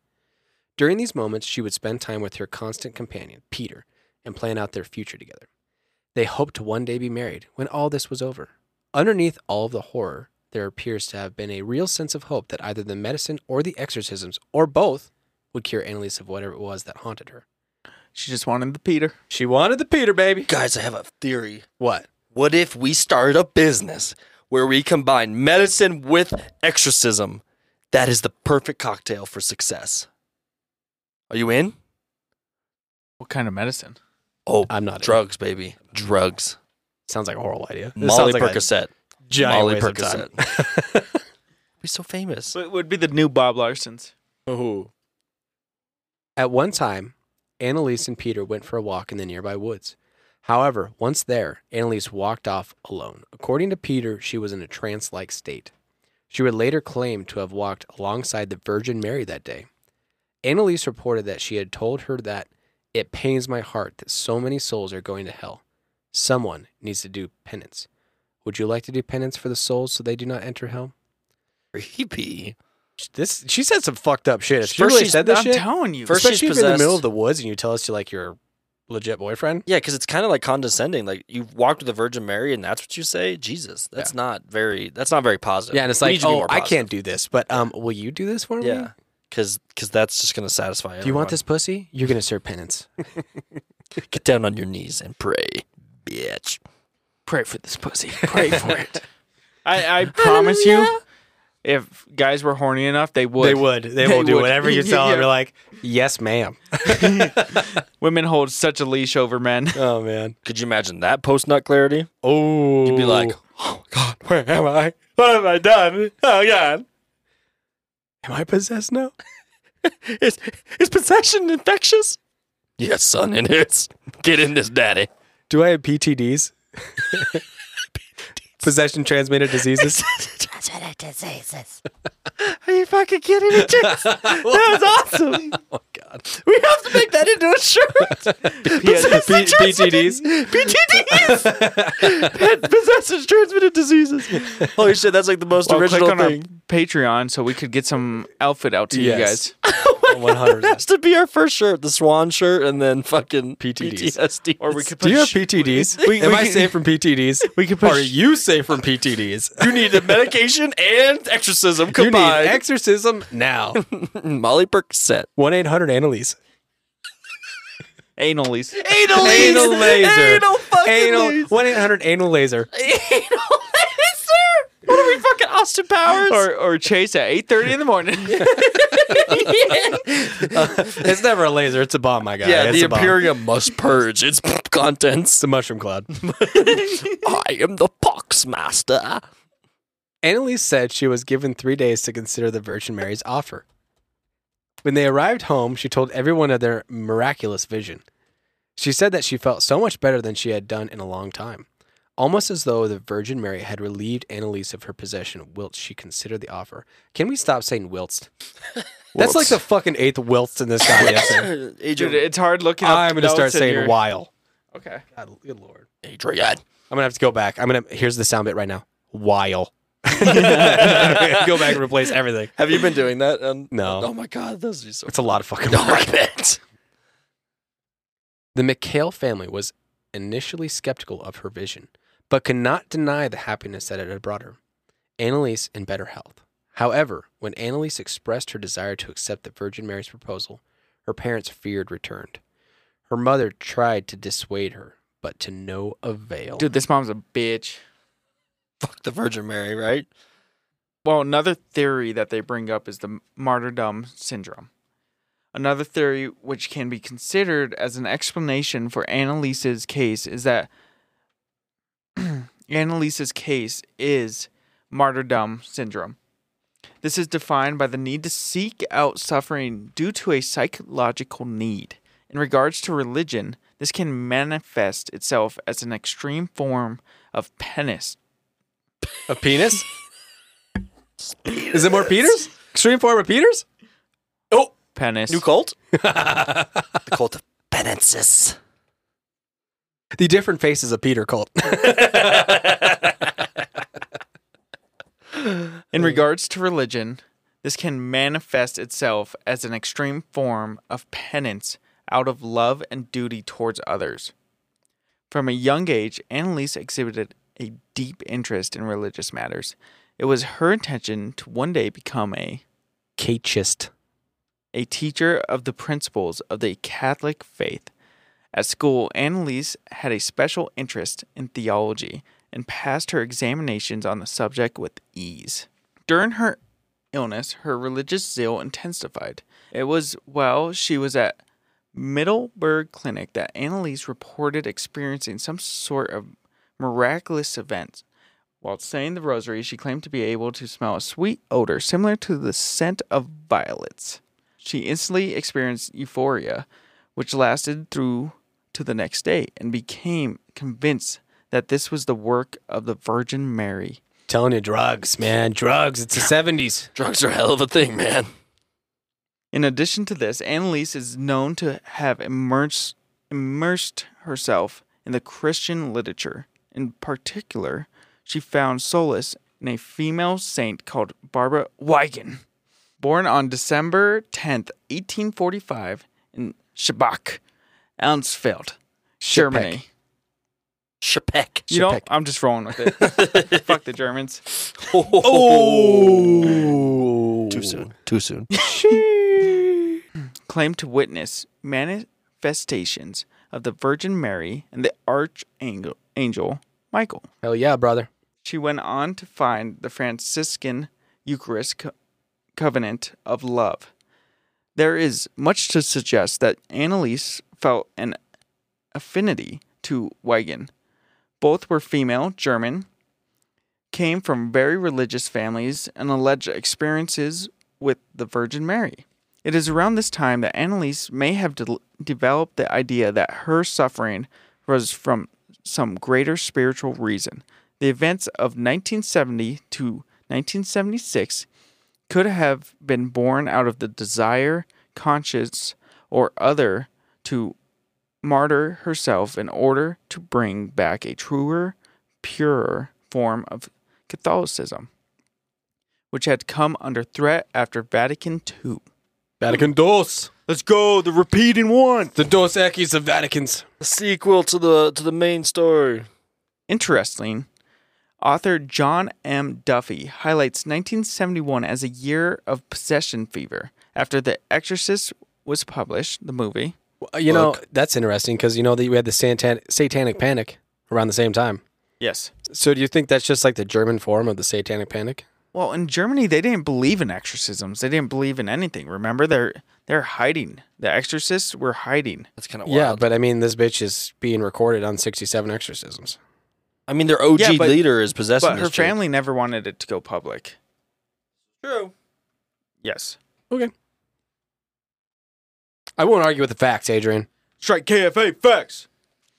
During these moments, she would spend time with her constant companion, Peter, and plan out their future together. They hoped to one day be married when all this was over. Underneath all of the horror, there appears to have been a real sense of hope that either the medicine or the exorcisms, or both, would cure Annalise of whatever it was that haunted her. She just wanted the Peter. She wanted the Peter baby. Guys, I have a theory. What? What if we started a business where we combine medicine with exorcism? That is the perfect cocktail for success. Are you in? What kind of medicine? Oh, I'm not in. Drugs, baby. Drugs. Sounds like a horrible idea. This Molly sounds like a Percocet. giant Molly waste of time. We're so famous. It would be the new Bob Larson's. Oh. At one time, Annalise and Peter went for a walk in the nearby woods. However, once there, Annalise walked off alone. According to Peter, she was in a trance like state. She would later claim to have walked alongside the Virgin Mary that day. Annalise reported that she had told her that it pains my heart that so many souls are going to hell. Someone needs to do penance. Would you like to do penance for the souls so they do not enter hell? Creepy. This she said some fucked up shit. If she First really she's- said this I'm shit, telling you. First- she's especially if you're in the middle possessed. of the woods and you tell us to like your legit boyfriend. Yeah, because it's kind of like condescending. Like you walked with the Virgin Mary, and that's what you say. Jesus, that's not very. That's not very positive. Yeah, and it's We like, need you to be oh, more I positive." can't do this, but um, will you do this for me? Yeah, because that's just gonna satisfy. Do you want this pussy? You're gonna serve penance. Get down on your knees and pray, bitch. pray for this pussy. Pray for it. I, I promise you, if guys were horny enough, they would. would. They, will do whatever you tell them. You're like, yes, ma'am. Women hold such a leash over men. Oh man. Could you imagine that post nut clarity? Oh. You'd be like, oh God, where am I? What have I done? Oh God, am I possessed now? is is possession infectious? Yes, son, it is. Get in this, daddy. Do I have PTDs? Possession transmitted diseases. Are you fucking kidding me? Jesus? that was awesome. oh God, we have to make that into a shirt. Possession PTDs. PTDs. Possession transmitted diseases. Holy shit, that's like the most Well, click original on thing. our Patreon so we could get some outfit out to Yes. you guys. One hundred. It has to be our first shirt, the swan shirt, and then fucking PTDs. PTSD. Or we could Do put you have sh- PTDs? we- Am we I can- safe from PTDs? We could Are put sh- you safe from PTDs? you need the medication and exorcism You need combined. exorcism now. Mm, Molly Percocet. 1 800 Annalise. anal leash. Anal Anal laser. Anal fucking Anal, laser. 1 800 anal laser. Anal laser. What are we fucking Austin Powers? Or, or Chase at 8.30 in the morning. It's never a laser. It's a bomb, my guy. yeah, it's the a bomb. Imperium must purge its contents. It's a mushroom cloud. I am the pox master. Annalise said she was given three days to consider the Virgin Mary's offer. When they arrived home, she told everyone of their miraculous vision. She said that she felt so much better than she had done in a long time, almost as though the Virgin Mary had relieved Annalise of her possession whilst she considered the offer. Can we stop saying whilst? That's like the fucking eighth whilst in this goddamn thing. Dude, Adrian. it's hard looking up I'm going to start notes in saying your- while. Okay. God, good lord. Adrian. I'm gonna have to go back. I'm gonna here's the sound bit right now. While. go back and replace everything. Have you been doing that? Um, No. Oh my god, those are so. It's a lot of fucking No, work. I bet. The McHale family was initially skeptical of her vision, but could not deny the happiness that it had brought her. Annalise in better health. However, when Annalise expressed her desire to accept the Virgin Mary's proposal, her parents' feared returned. Her mother tried to dissuade her, but to no avail. Dude, this mom's a bitch. Fuck the Virgin Mary, right? Well, another theory that they bring up is the martyrdom syndrome. Another theory which can be considered as an explanation for Annalise's case is that Annalise's case is martyrdom syndrome. This is defined by the need to seek out suffering due to a psychological need. In regards to religion, this can manifest itself as an extreme form of penance A penis? Is it more Peters? Extreme form of Peters? Oh, penance. New cult. The cult of penances. The different faces of Peter cult. In regards to religion, This can manifest itself as an extreme form of penance out of love and duty towards others. From a young age, Annalise exhibited a deep interest in religious matters. It was her intention to one day become a Catechist. a teacher of the principles of the Catholic faith. At school, Annalise had a special interest in theology and passed her examinations on the subject with ease. During her illness, her religious zeal intensified. It was while she was at Middleburg Clinic that Annalise reported experiencing some sort of miraculous event. While saying the rosary, she claimed to be able to smell a sweet odor similar to the scent of violets. She instantly experienced euphoria, which lasted through to the next day, and became convinced that this was the work of the Virgin Mary. Telling you, drugs, man, drugs. It's the seventies. Drugs are a hell of a thing, man. In addition to this, Annalise is known to have immersed, immersed herself in the Christian literature. In particular, she found solace in a female saint called Barbara Wigan. Born on December 10th, 1845, in Schebach, Ernstfeld, Germany. Shapek. You know, I'm just rolling with it. Fuck the Germans. Too soon. Too soon. claimed to witness manifestations of the Virgin Mary and the archangel angel Michael. Hell yeah, brother. She went on to find the Franciscan Eucharist co- covenant of love. There is much to suggest that Annalise felt an affinity to Weigand. Both were female, German, came from very religious families, and alleged experiences with the Virgin Mary. It is around this time that Annalise may have de- developed the idea that her suffering was from some greater spiritual reason. The events of 1970 to 1976 could have been born out of the desire, conscience, or other to martyr herself in order to bring back a truer, purer form of Catholicism, which had come under threat after Vatican II. Vatican Dos. Let's go, the repeating one. The Dos Equis of Vaticans. The sequel to the to the main story. Interesting. Author John M. Duffy highlights 1971 as a year of possession fever. After The Exorcist was published, the movie, You know, that's interesting because you know that we had the Santan- satanic panic around the same time. yes, So do you think that's just like the German form of the satanic panic? Well, in Germany, they didn't believe in exorcisms. They didn't believe in anything. Remember, they're they're hiding. The exorcists were hiding. That's kind of Yeah, wild. but I mean, this bitch is being recorded on 67 exorcisms. I mean, their OG Yeah, but- leader is possessing but her this chick. family never wanted it to go public. True. Yes. I won't argue with the facts, Adrian. Strike KFA facts.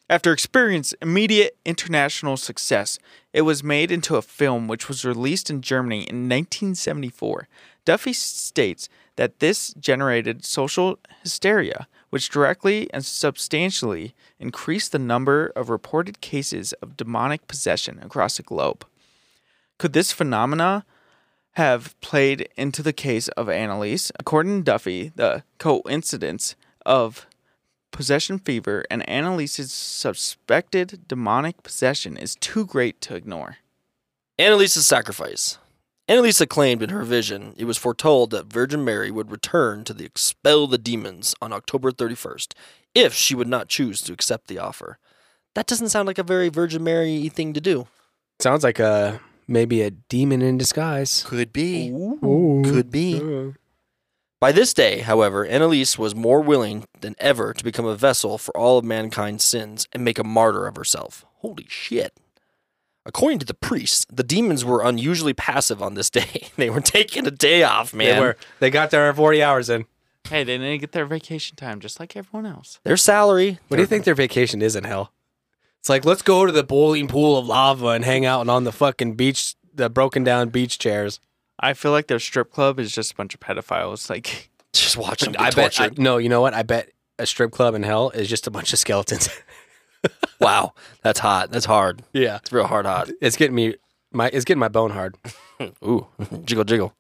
After experience immediate international success, it was made into a film which was released in Germany in 1974. Duffy states that this generated social hysteria, which directly and substantially increased the number of reported cases of demonic possession across the globe. Could this phenomena have played into the case of Annalise? According to Duffy, the coincidence of possession fever and Annalise's suspected demonic possession is too great to ignore. Annalisa's sacrifice. Annalisa claimed in her vision it was foretold that Virgin Mary would return to the expel the demons on October 31st if she would not choose to accept the offer. That doesn't sound like a very Virgin Mary thing to do. Sounds like a maybe a demon in disguise. Could be. Ooh. Could be. By this day, however, Annalise was more willing than ever to become a vessel for all of mankind's sins and make a martyr of herself. Holy shit. According to the priests, the demons were unusually passive on this day. they were taking a day off, man. They were. They got there 40 hours in. Hey, they didn't get their vacation time just like everyone else. Their salary. What do you think their vacation is in hell? It's like let's go to the boiling pool of lava and hang out on the fucking beach, the broken down beach chairs. I feel like their strip club is just a bunch of pedophiles. Like, Just watching them I get bet. I- tortured. no, you know what? I bet a strip club in hell is just a bunch of skeletons. wow, that's hot. That's hard. yeah, It's real hard hot. it's getting me. My it's getting my bone hard. Ooh, jiggle jiggle.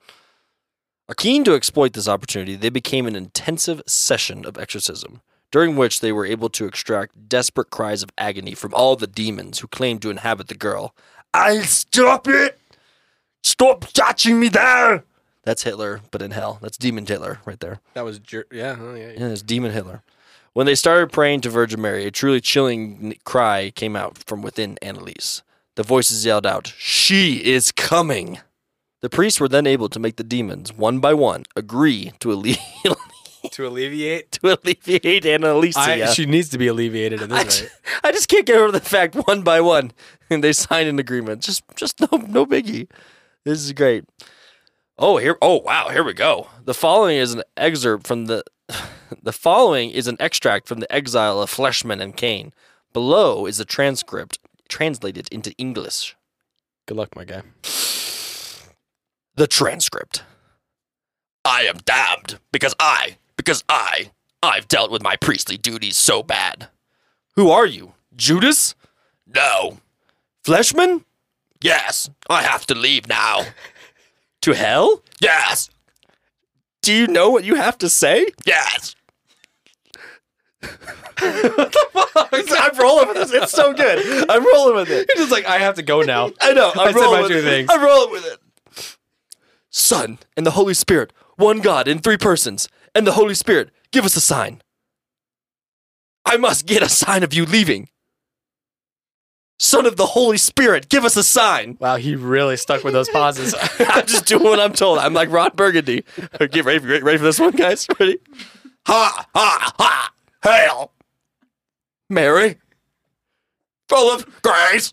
Are keen to exploit this opportunity, they became an intensive session of exorcism, during which they were able to extract desperate cries of agony from all the demons who claimed to inhabit the girl. I'll stop it! Stop touching me there! That's Hitler, but in hell. That's Demon Hitler right there. That was jer- yeah, oh, yeah, yeah. Yeah, it's Demon Hitler. When they started praying to Virgin Mary, a truly chilling n- cry came out from within Annalise. The voices yelled out, She is coming! The priests were then able to make the demons, one by one, agree to, alle- To alleviate, to alleviate Annalise. I, she needs to be alleviated at I this just, rate. I just can't get over the fact one by one, and they signed an agreement. Just just no no biggie. This is great. Oh here oh wow here we go. The following is an excerpt from the the following is an extract from the exile of Fleshman and Cain. Below is a transcript translated into English. Good luck, my guy. The transcript. I am damned because I, because I, I've dealt with my priestly duties so bad. Who are you? Judas? No. Fleshman? Yes. I have to leave now. to hell? Yes. Do you know what you have to say? Yes. what the fuck? I'm rolling with this. It's so good. I'm rolling with it. Just like I have to go now. I know. I'm I said rolling my with two it. things. I'm rolling with it. Son and the Holy Spirit, one God in three persons, and the Holy Spirit, give us a sign. I must get a sign of you leaving. Son of the Holy Spirit, give us a sign. Wow, he really stuck with those pauses. I'm just doing what I'm told. I'm like Ron Burgundy. Get ready, ready, ready for this one, guys. Ready? Ha ha ha! Hail, Mary, full of grace.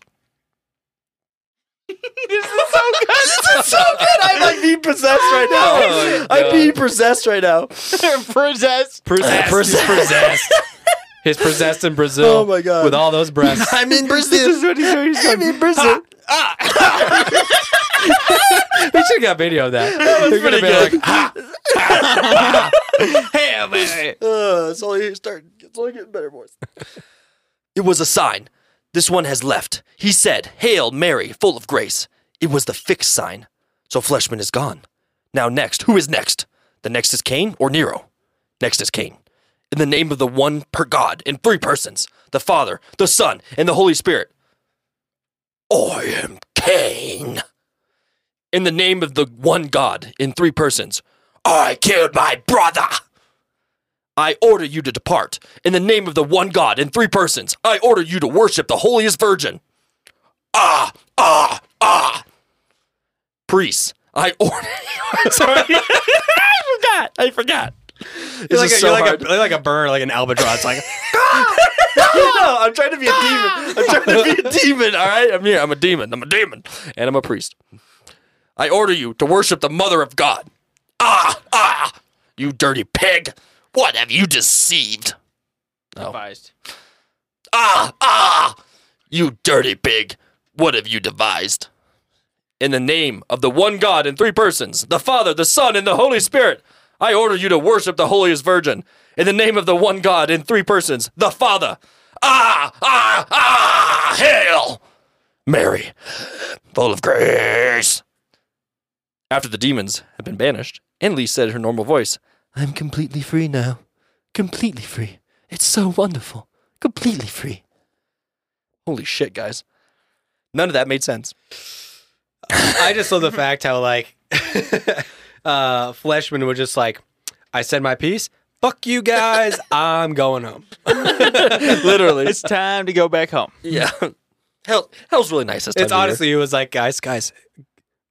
this is so good. this is so good. I'm like being possessed right now. I'm being possessed right now. Princess. possessed. Possessed. He's possessed. He's possessed in Brazil. Oh my God. With all those breasts. I'm in Brazil. this is what he's doing. I'm in Brazil. we should have got video of ah." that. They're gonna be pretty good. like, "Ah, Hail Mary. Uh, it's only starting. It's only getting better, boys. it was a sign. This one has left. He said, "Hail Mary, full of grace." It was the fixed sign. So Fleshman is gone. Now next, who is next? The next is Cain or Nero. Next is Cain. In the name of the one per God in three persons, the Father, the Son, and the Holy Spirit. I am Cain. In the name of the one God in three persons, I killed my brother. I order you to depart. In the name of the one God in three persons, I order you to worship the holiest virgin. Ah, ah, ah. Priests, I order you. Sorry. I forgot. I forgot. This You're like, is a, so you're like hard. a you're like a bird, like an albatross. Like no, I'm trying to be a demon. I'm trying to be a demon, all right? I'm here. I'm a demon. I'm a demon. And I'm a priest. I order you to worship the mother of God. Ah, ah, you dirty pig. What have you deceived? Advised. Ah, ah, you dirty pig. What have you devised? In the name of the one God in three persons, the Father, the Son, and the Holy Spirit, I order you to worship the holiest virgin. In the name of the one God in three persons, the Father. Ah, ah, ah, hail! Mary, full of grace. After the demons had been banished, Annalise said in her normal voice, I'm completely free now. Completely free. It's so wonderful. Completely free. Holy shit, guys. None of that made sense. I just love the fact how like uh Fleshman was just like, I said my piece. Fuck you guys. I'm going home. Literally. It's time to go back home. yeah. Hell, hell's really nice this time It's of year. honestly, it was like, guys, guys,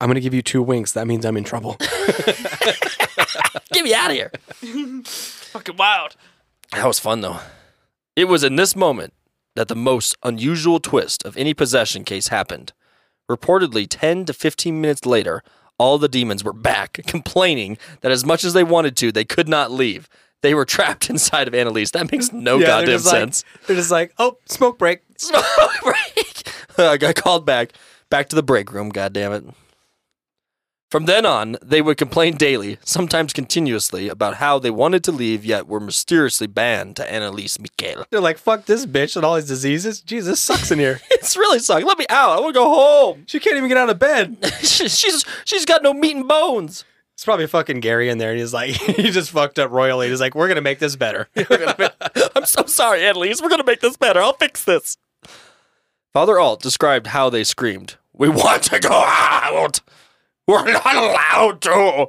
I'm gonna give you two winks. That means I'm in trouble. Get me out of here. Fucking wild. That was fun, though. It was in this moment that the most unusual twist of any possession case happened. Reportedly, 10 to 15 minutes later, all the demons were back, complaining that as much as they wanted to, they could not leave. They were trapped inside of Annalise. That makes no they're Oh, goddamn just like- sense. they're just like, oh, smoke break. smoke break. I got called back, back to the break room. God damn it! From then on, they would complain daily, sometimes continuously, about how they wanted to leave yet were mysteriously banned to Annalise Michael. They're like, fuck this bitch and all these diseases. Jesus sucks in here. It's really sucking. Let me out. I want to go home. She can't even get out of bed. she's she's got no meat and bones. It's probably fucking Gary in there. And he's like, he just fucked up royally. He's like, we're going to make this better. I'm so sorry, Annalise. We're going to make this better. I'll fix this. Father Alt described how they screamed, We want to go out! We're not allowed to!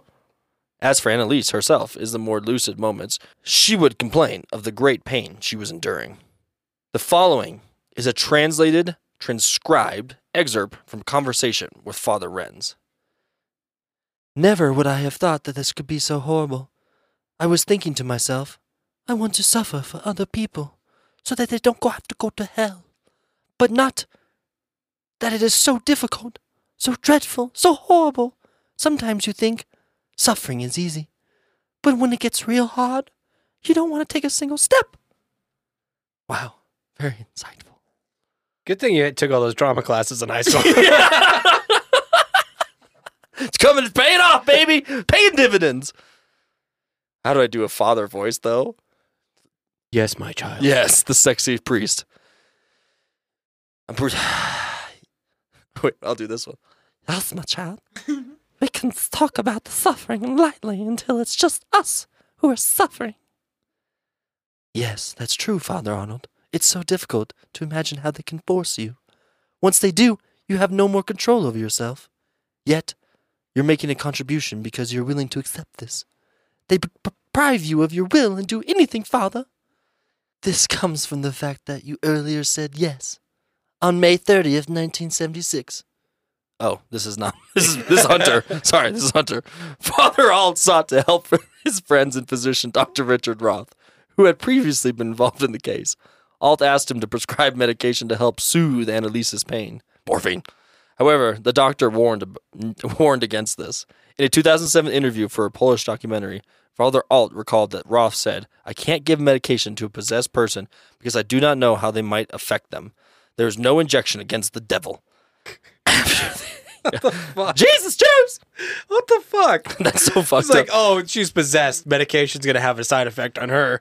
As for Annalise herself, is the more lucid moments, she would complain of the great pain she was enduring. The following is a translated, transcribed excerpt from conversation with Father Renz. Never would I have thought that this could be so horrible. I was thinking to myself, I want to suffer for other people so that they don't go, have to go to hell. But not that it is so difficult, so dreadful, so horrible. Sometimes you think suffering is easy. But when it gets real hard, you don't want to take a single step. Wow, very insightful. Good thing you took all those drama classes in high school. It's coming, it's paying off, baby. paying dividends. How do I do a father voice, though? yes, my child. Yes, the sexy priest. I'm pre- Wait, I'll do this one. Yes, my child. we can talk about the suffering lightly until it's just us who are suffering. Yes, that's true, Father Arnold. It's so difficult to imagine how they can force you. Once they do, you have no more control over yourself. Yet, you're making a contribution because you're willing to accept this. They p- deprive you of your will and do anything, Father. This comes from the fact that you earlier said yes on May 30th, 1976. Oh, this is not. This is this is Hunter. Sorry, this is Hunter. Father Alt sought to help his friends and physician Dr. Richard Roth, who had previously been involved in the case. Alt asked him to prescribe medication to help soothe Annalise's pain, morphine. However, the doctor warned ab- warned against this. In a 2007 interview for a Polish documentary, Father Alt recalled that Roth said, "I can't give medication to a possessed person because I do not know how they might affect them. There is no injection against the devil." Jesus, James! What the fuck? That's so fucked It's like, up. oh, she's possessed. Medication's going to have a side effect on her.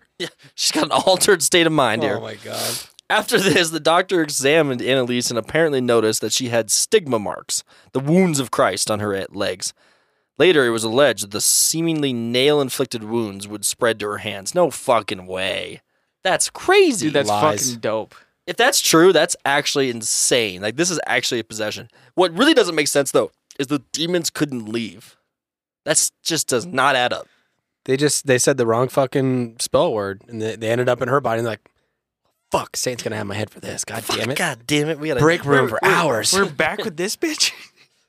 She's got an altered state of mind here. Oh, my God. After this, the doctor examined Annalise and apparently noticed that she had stigma marks, the wounds of Christ, on her legs. Later, it was alleged that the seemingly nail inflicted wounds would spread to her hands. No fucking way. That's crazy. Dude, that's Lies. fucking dope. if that's true, that's actually insane. Like, this is actually a possession. What really doesn't make sense, though, is the demons couldn't leave. That's just does not add up. They just, they said the wrong fucking spell word and they, they ended up in her body and like, fuck, Satan's going to have my head for this. God damn it. God damn it. We had a Break room for hours. We're back with this bitch.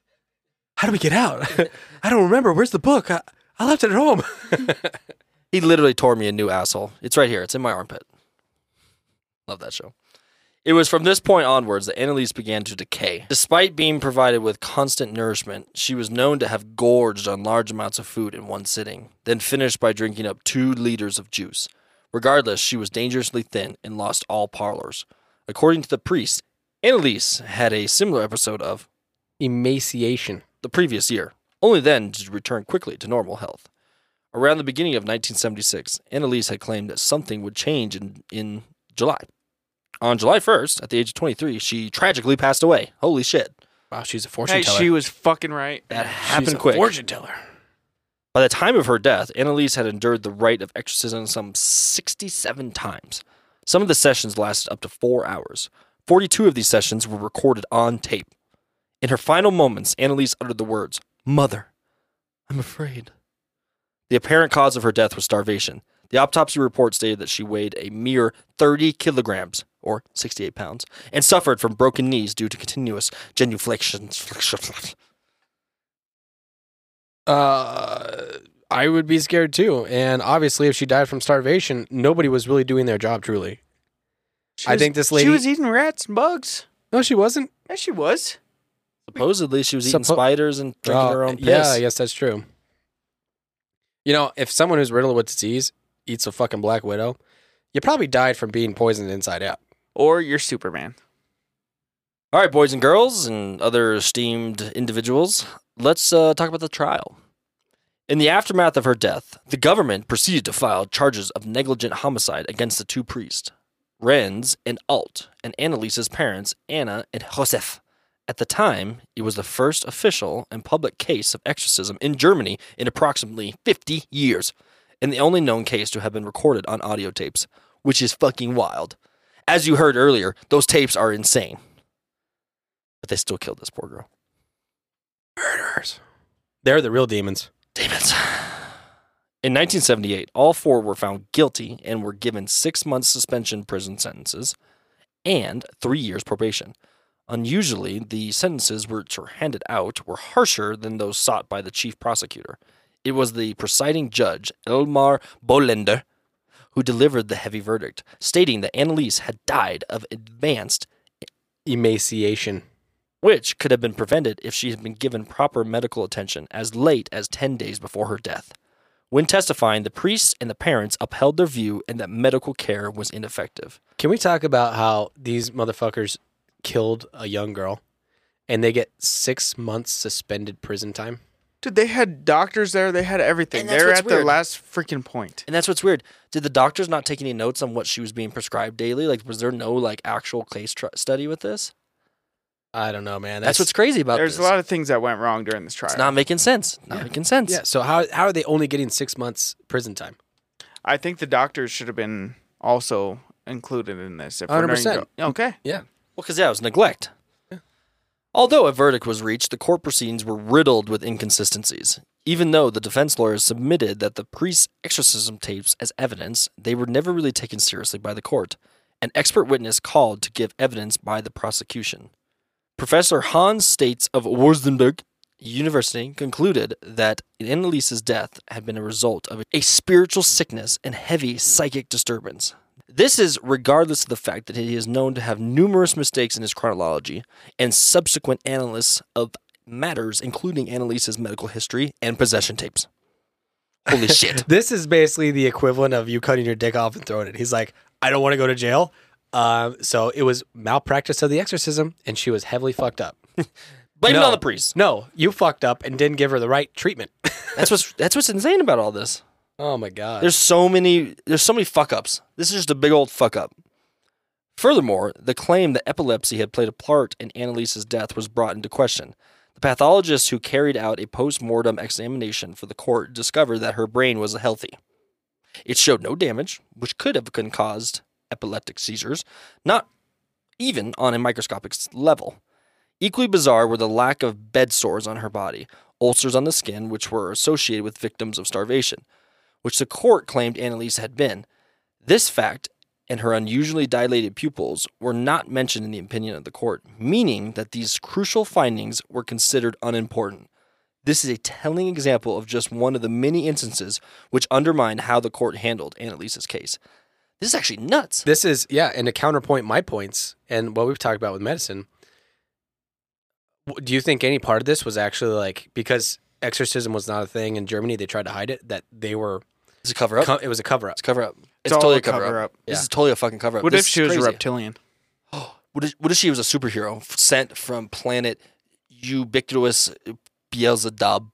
How do we get out? I don't remember. Where's the book? I, I left it at home. He literally tore me a new asshole. It's right here. It's in my armpit. Love that show. It was from this point onwards that Annalise began to decay. Despite being provided with constant nourishment, she was known to have gorged on large amounts of food in one sitting, then finished by drinking up two liters of juice. Regardless, she was dangerously thin and lost all parlors. According to the priest, Annalise had a similar episode of Emaciation. the previous year. Only then did she return quickly to normal health. Around the beginning of 1976, Annalise had claimed that something would change in, in July. On July 1st, at the age of 23, she tragically passed away. Holy shit. Wow, she's a fortune Hey, teller. she was fucking right. That She's happened a quick. Fortune teller. By the time of her death, Annalise had endured the rite of exorcism some 67 times. Some of the sessions lasted up to four hours. 42 of these sessions were recorded on tape. In her final moments, Annalise uttered the words, Mother, I'm afraid. The apparent cause of her death was starvation. The autopsy report stated that she weighed a mere 30 kilograms, or 68 pounds, and suffered from broken knees due to continuous genuflections. Uh, I would be scared too. And obviously, if she died from starvation, nobody was really doing their job truly. She I was- think this lady- She was eating rats and bugs. No, she wasn't. Yeah, she was. Supposedly, she was eating Suppo- spiders and drinking Oh, her own piss. Yeah, I guess that's true. You know, if someone who's riddled with disease eats a fucking black widow, you probably died from being poisoned inside out. Or you're Superman. All right, boys and girls, and other esteemed individuals, let's uh, talk about the trial. In the aftermath of her death, the government proceeded to file charges of negligent homicide against the two priests, Renz and Alt, and Annalise's parents, Anna and Josef, At the time, it was the first official and public case of exorcism in Germany in approximately 50 years, and the only known case to have been recorded on audio tapes, which is fucking wild. As you heard earlier, those tapes are insane. But they still killed this poor girl. Murderers. They're the real demons. Demons. In 1978, all four were found guilty and were given six months suspension prison sentences and three years probation. Unusually, the sentences which were handed out were harsher than those sought by the chief prosecutor. It was the presiding judge, Elmar Bolender, who delivered the heavy verdict, stating that Annalise had died of advanced Emaciation. which could have been prevented if she had been given proper medical attention as late as 10 days before her death. When testifying, the priests and the parents upheld their view and that medical care was ineffective. Can we talk about how these motherfuckers killed a young girl and they get six months suspended prison time? Dude, they had doctors there. They had everything. And that's They're what's at their weird. last freaking point. And that's what's weird. Did the doctors not take any notes on what she was being prescribed daily? Like, was there no like actual case tr- study with this? I don't know, man. That's, what's crazy about There's this. a lot of things that went wrong during this trial. it's not making sense. Not making sense. Yeah. So how how are they only getting six months prison time? I think the doctors should have been also included in this. If we're not even 100%. go- Okay. Well, because yeah, it was neglect. Although a verdict was reached, the court proceedings were riddled with inconsistencies. Even though the defense lawyers submitted that the priest's exorcism tapes as evidence, they were never really taken seriously by the court. An expert witness called to give evidence by the prosecution. Professor Hans States of Württemberg University concluded that Annalise's death had been a result of a spiritual sickness and heavy psychic disturbance. This is regardless of the fact that he is known to have numerous mistakes in his chronology and subsequent analysis of matters, including Annalise's medical history and possession tapes. Holy shit. This is basically the equivalent of you cutting your dick off and throwing it. He's like, I don't want to go to jail. Um, so it was malpractice of the exorcism, and she was heavily fucked up. Blame it No. on the priest. No, you fucked up and didn't give her the right treatment. That's what's that's what's insane about all this. oh my god. There's so many. There's so many fuck ups. This is just a big old fuck up. Furthermore, the claim that epilepsy had played a part in Annalise's death was brought into question. The pathologist who carried out a post mortem examination for the court discovered that her brain was healthy. It showed no damage, which could have been caused epileptic seizures, not even on a microscopic s- level. Equally bizarre were the lack of bed sores on her body, ulcers on the skin, which were associated with victims of starvation which the court claimed Annalise had been. This fact and her unusually dilated pupils were not mentioned in the opinion of the court, meaning that these crucial findings were considered unimportant. This is a telling example of just one of the many instances which undermine how the court handled Annalise's case. This is actually nuts. this is yeah, and to counterpoint my points and what we've talked about with medicine. w- Do you think any part of this was actually like because exorcism was not a thing in Germany? They tried to hide it that they were. It's a cover up. co- it was a cover up. it's a cover up. It's, all totally a a cover, cover up. up. This Yeah. is totally a fucking cover up. What This if is she was a crazy. reptilian? What if, what if she was a superhero f- sent from planet ubiquitous Beelzebub,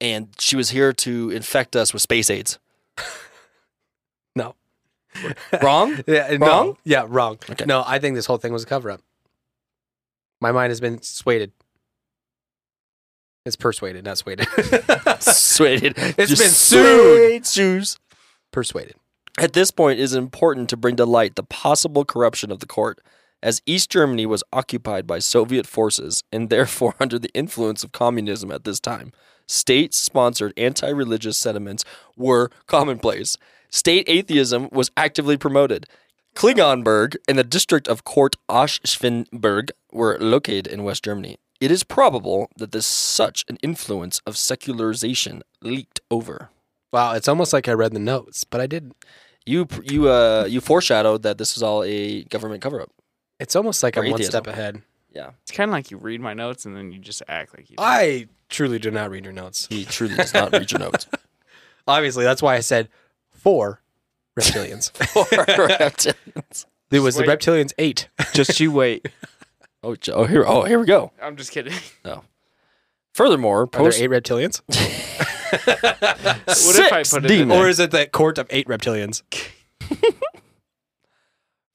and she was here to infect us with space aids? No. Wrong? Yeah, uh, Wrong? no. Yeah, wrong. Okay. No, I think this whole thing was a cover up. My mind has been swayed. It's persuaded, not swayed. Sweated. It's Just been sued. sued, Shoes. persuaded. At this point, it is important to bring to light the possible corruption of the court, as East Germany was occupied by Soviet forces and therefore under the influence of communism at this time. State sponsored anti religious sentiments were commonplace. State atheism was actively promoted. Klingonberg and the district of Court Oschwinberg were located in West Germany. It is probable that this such an influence of secularization leaked over. Wow, it's almost like I read the notes, but I didn't. You pr- you uh you foreshadowed that this was all a government cover up. It's almost like Or I'm one atheism. step ahead. It's kind of like you read my notes and then you just act like you. did. I truly do not read your notes. He truly does not read your notes. Obviously, that's why I said four reptilians. Correct. it was the Wait. reptilians eight. Just you wait. oh, j- oh here oh here we go. I'm just kidding. Furthermore, Are post there eight reptilians? What if I six put it in demon. or is it the court of eight reptilians?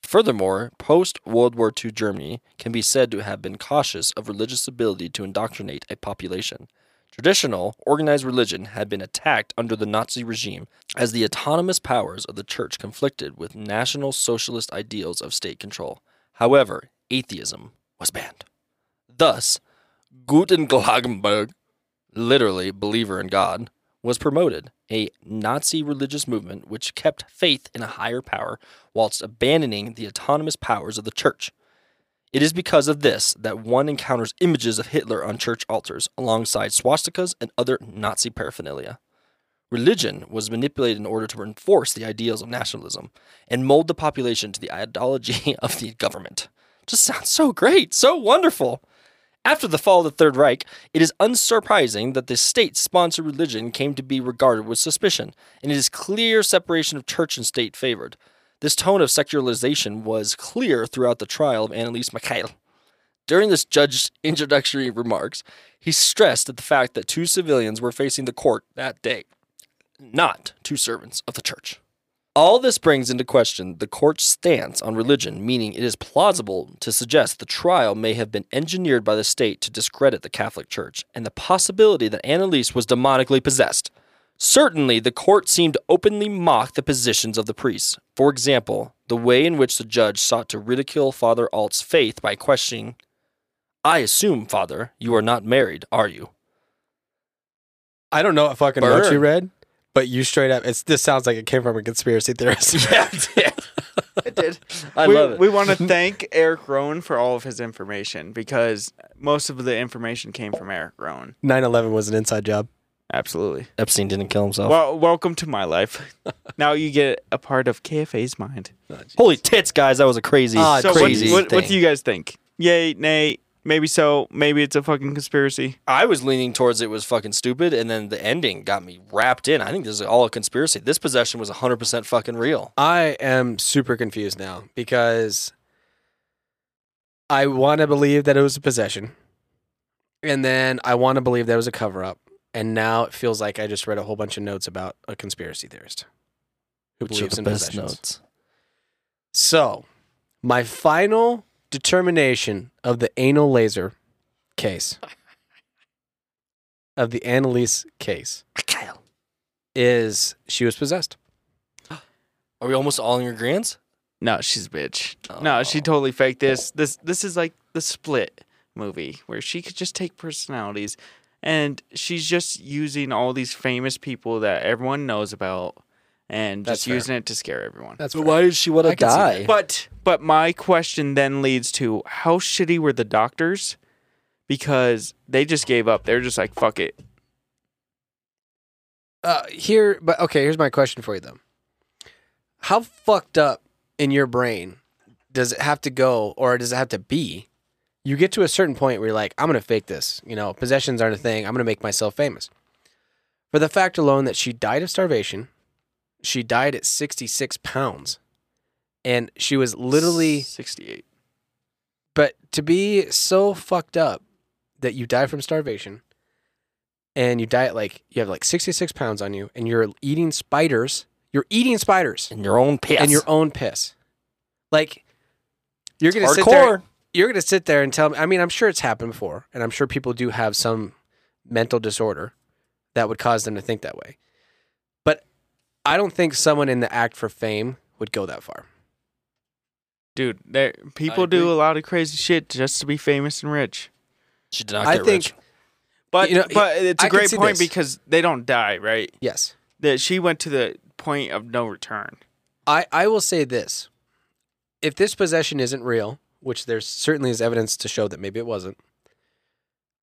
Furthermore, post World War II Germany can be said to have been cautious of religious ability to indoctrinate a population. Traditional, organized religion had been attacked under the Nazi regime as the autonomous powers of the church conflicted with national socialist ideals of state control. However, atheism was banned. Thus, Guten Glaubenberg, literally believer in God, was promoted, a Nazi religious movement which kept faith in a higher power whilst abandoning the autonomous powers of the church. It is because of this that one encounters images of Hitler on church altars alongside swastikas and other Nazi paraphernalia. Religion was manipulated in order to enforce the ideals of nationalism and mold the population to the ideology of the government. Just sounds so great, so wonderful. After the fall of the Third Reich, it is unsurprising that the state sponsored religion came to be regarded with suspicion, and it is clear separation of church and state favored. This tone of secularization was clear throughout the trial of Annalise Mikhail. During this judge's introductory remarks, he stressed at the fact that two civilians were facing the court that day, not two servants of the church. All this brings into question the court's stance on religion, meaning it is plausible to suggest the trial may have been engineered by the state to discredit the Catholic Church, and the possibility that Annalise was demonically possessed. Certainly, the court seemed to openly mock the positions of the priests. For example, the way in which the judge sought to ridicule Father Alt's faith by questioning, I assume, Father, you are not married, are you? I don't know what fucking note Burn. you read, but you straight up. It's this sounds like it came from a conspiracy theorist. I did. I we, love it. We want to thank Eric Rowan for all of his information because most of the information came from Eric Rowan. 9/11 was an inside job. Absolutely. Epstein didn't kill himself. Well, welcome to my life. now you get a part of KFA's mind. Holy tits, guys, that was a crazy, Ah, So what- crazy what, what, thing. do you guys think? Yay, nay, maybe so, maybe it's a fucking conspiracy. I was leaning towards it was fucking stupid, and then the ending got me wrapped in. I think this is all a conspiracy. This possession was 100% fucking real. I am super confused now because I want to believe that it was a possession, and then I want to believe that it was a cover up, and now it feels like I just read a whole bunch of notes about a conspiracy theorist who believes in possessions. So, my final determination of the anal laser case, of the Annalise case, is she was possessed. Are we almost all in agreement? No, she's a bitch. No, Oh. she totally faked this. This this is like the split movie where she could just take personalities and she's just using all these famous people that everyone knows about and That's just fair. using it to scare everyone. That's did she want I can see die? But but my question then leads to how shitty were the doctors? Because they just gave up. They're just like, fuck it. uh, here, but okay, here's my question for you though. How fucked up in your brain does it have to go, or does it have to be? You get to a certain point where you're like, I'm gonna fake this. You know, possessions aren't a thing. I'm gonna make myself famous. For the fact alone that she died of starvation, she died at 66 pounds, and she was literally. sixty eight. But to be so fucked up that you die from starvation and you die at like, you have like 66 pounds on you and you're eating spiders, you're eating spiders In your own piss. and your own piss. Like, you're going to sit Hardcore. there. You're going to sit there and tell me. I mean, I'm sure it's happened before, and I'm sure people do have some mental disorder that would cause them to think that way. But I don't think someone in the act for fame would go that far. Dude, there people do agree. a lot of crazy shit just to be famous and rich. She did not I get think, rich. But You know, but it's a I can great see point this. because they don't die, right? yes. That she went to the point of no return. I, I will say this. If this possession isn't real, which there certainly is evidence to show that maybe it wasn't,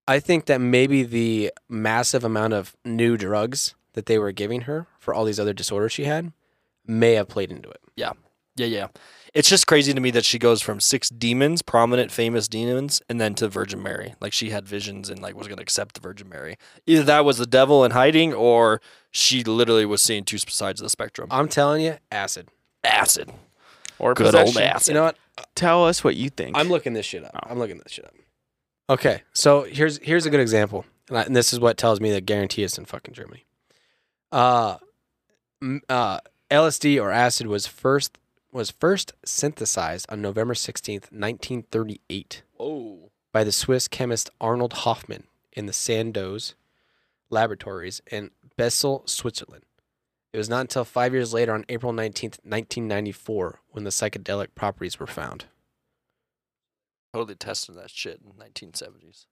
I think that maybe the massive amount of new drugs that they were giving her for all these other disorders she had may have played into it. Yeah, yeah. It's just crazy to me that she goes from six demons, prominent, famous demons, and then to Virgin Mary. Like she had visions and like was going to accept the Virgin Mary. Either that was the devil in hiding, or she literally was seeing two sides of the spectrum. I'm telling you, acid. Acid, Or good possession. old acid. You know what? Tell us what you think. I'm looking this shit up. I'm looking this shit up. Oh. Okay, so here's here's a good example, and, I, and this is what tells me that guarantee it's in fucking Germany. Uh, m- uh, LSD or acid was first was first synthesized on November 16th, 1938, Oh. by the Swiss chemist Arnold Hoffman in the Sandoz laboratories in Bessel, Switzerland. It was not until five years later, on April 19th, 1994, when the psychedelic properties were found. Totally tested that shit in 1970s.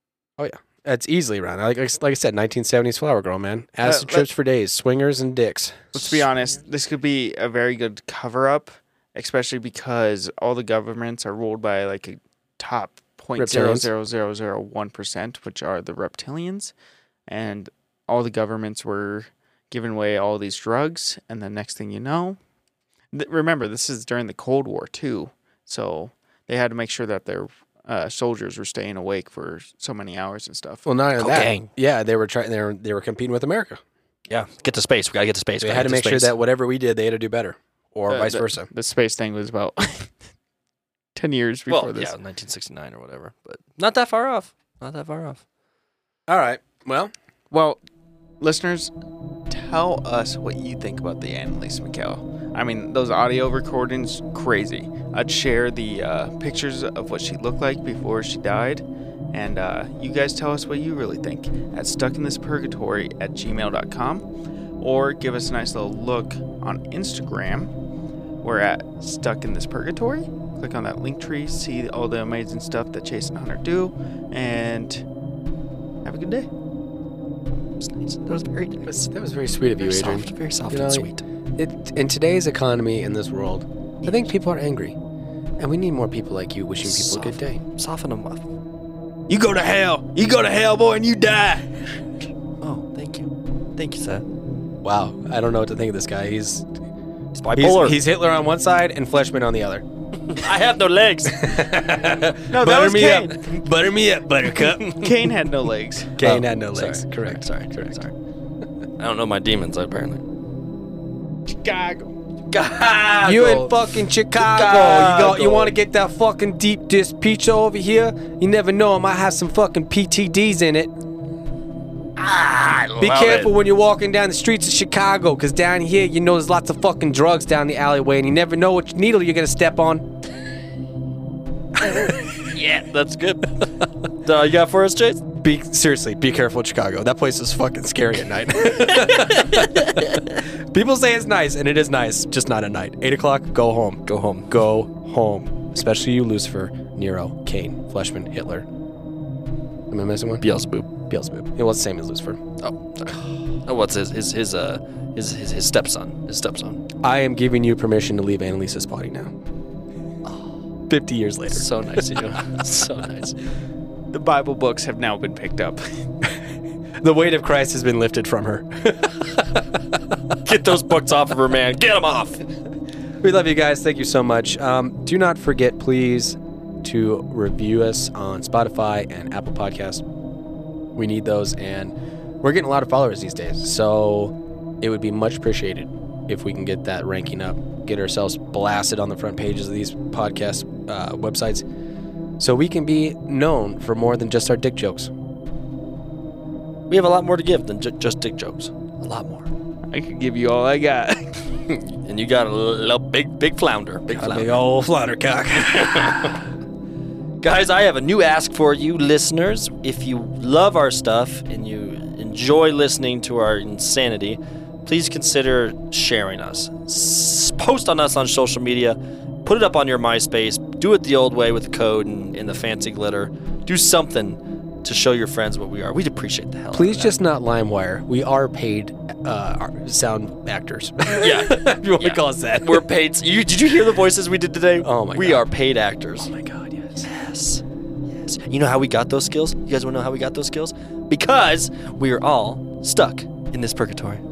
That's easily around. Like, like I said, 1970s Flower Girl, man. Acid let- trips for days, swingers and dicks. Let's be honest, this could be a very good cover up, especially because all the governments are ruled by like a top point zero Reptilians. zero zero zero one percent, which are the reptilians, and all the governments were giving away all these drugs, and the next thing you know, th- remember this is during the Cold War too, so they had to make sure that their uh, soldiers were staying awake for so many hours and stuff. Well, not only that. Cocaine. Yeah, they were trying. They were they were competing with America. Yeah. Get to space. We gotta get to space. They We gotta had to get make sure space. that whatever we did, they had to do better, or Uh, vice the- versa. The space thing was about ten years before Well, yeah, this. 1969 or whatever, but not that far off. Not that far off. All right. Well, Well, listeners, tell us what you think about the Annalise McKell. I mean, those audio recordings, crazy. I'd share the uh, pictures of what she looked like before she died. And uh, you guys tell us what you really think at stuckinthispurgatory at gmail.com or give us a nice little look on Instagram. We're at Stuck in This Purgatory. Click on that link tree, see all the amazing stuff that Chase and Hunter do, and have a good day. That was very that was, that was very sweet of you, Very Adrian. soft, very soft You and know, sweet. It, in today's economy in this world, I think people are angry, and we need more people like you wishing people a good day. Soften them up. You go to hell. You go to hell, boy, and you die. Oh, thank you. Thank you, sir. Wow, I don't know what to think of this guy. He's It's he's, bipolar. he's Hitler on one side and Fleshman on the other. I have no legs. No, that Butter was me Kane. up, butter me up, Buttercup. Kane had no legs. Kane Oh, had no legs. sorry, correct. sorry, correct. sorry. I don't know my demons, apparently. Chicago. You in fucking Chicago. You go, you want to get that fucking deep dish pizza over here? You never know, it might have some fucking PTDs in it. Be careful when you're walking down the streets of Chicago, because down here, you know there's lots of fucking drugs down the alleyway, and you never know which needle you're gonna step on. Yeah, that's good. uh, you got for us, Chase? Be seriously, be careful, Chicago. That place is fucking scary at night. People say it's nice, and it is nice, just not at night. Eight o'clock, go home. Go home. Go home. Especially you, Lucifer, Nero, Cain, Fleshman, Hitler. Am I missing one? Beelzebub. Beelzebub. It was the same as Lucifer. Oh, sorry. Oh, what's his his his uh his his, his stepson? His stepson. I am giving you permission to leave Annalisa's body now. 50 years later. So nice of you. so nice. The Bible books have now been picked up. The weight of Christ has been lifted from her. Get those books off of her, man. Get them off. We love you guys. Thank you so much. Um, do not forget, please, to review us on Spotify and Apple Podcasts. We need those, and we're getting a lot of followers these days. So it would be much appreciated if we can get that ranking up, get ourselves blasted on the front pages of these podcast uh, websites, so we can be known for more than just our dick jokes. We have a lot more to give than ju- just dick jokes. A lot more. I could give you all I got. And you got a little big big flounder. Big A flounder. big old fluttercock. Guys, I have a new ask for you listeners. If you love our stuff and you enjoy listening to our insanity, please consider sharing us. S- post on us on social media, put it up on your MySpace, do it the old way with the code and, and the fancy glitter. Do something to show your friends what we are. We'd appreciate the hell. out of Please that. just not LimeWire. We are paid uh, our- sound actors. yeah. you want Yeah. to call us that? We're paid. You, did you hear the voices we did today? Oh my We God. are paid actors. my god, yes. Yes. Oh Yes. You know how we got those skills? You guys want to know how we got those skills? Because we are all stuck in this purgatory.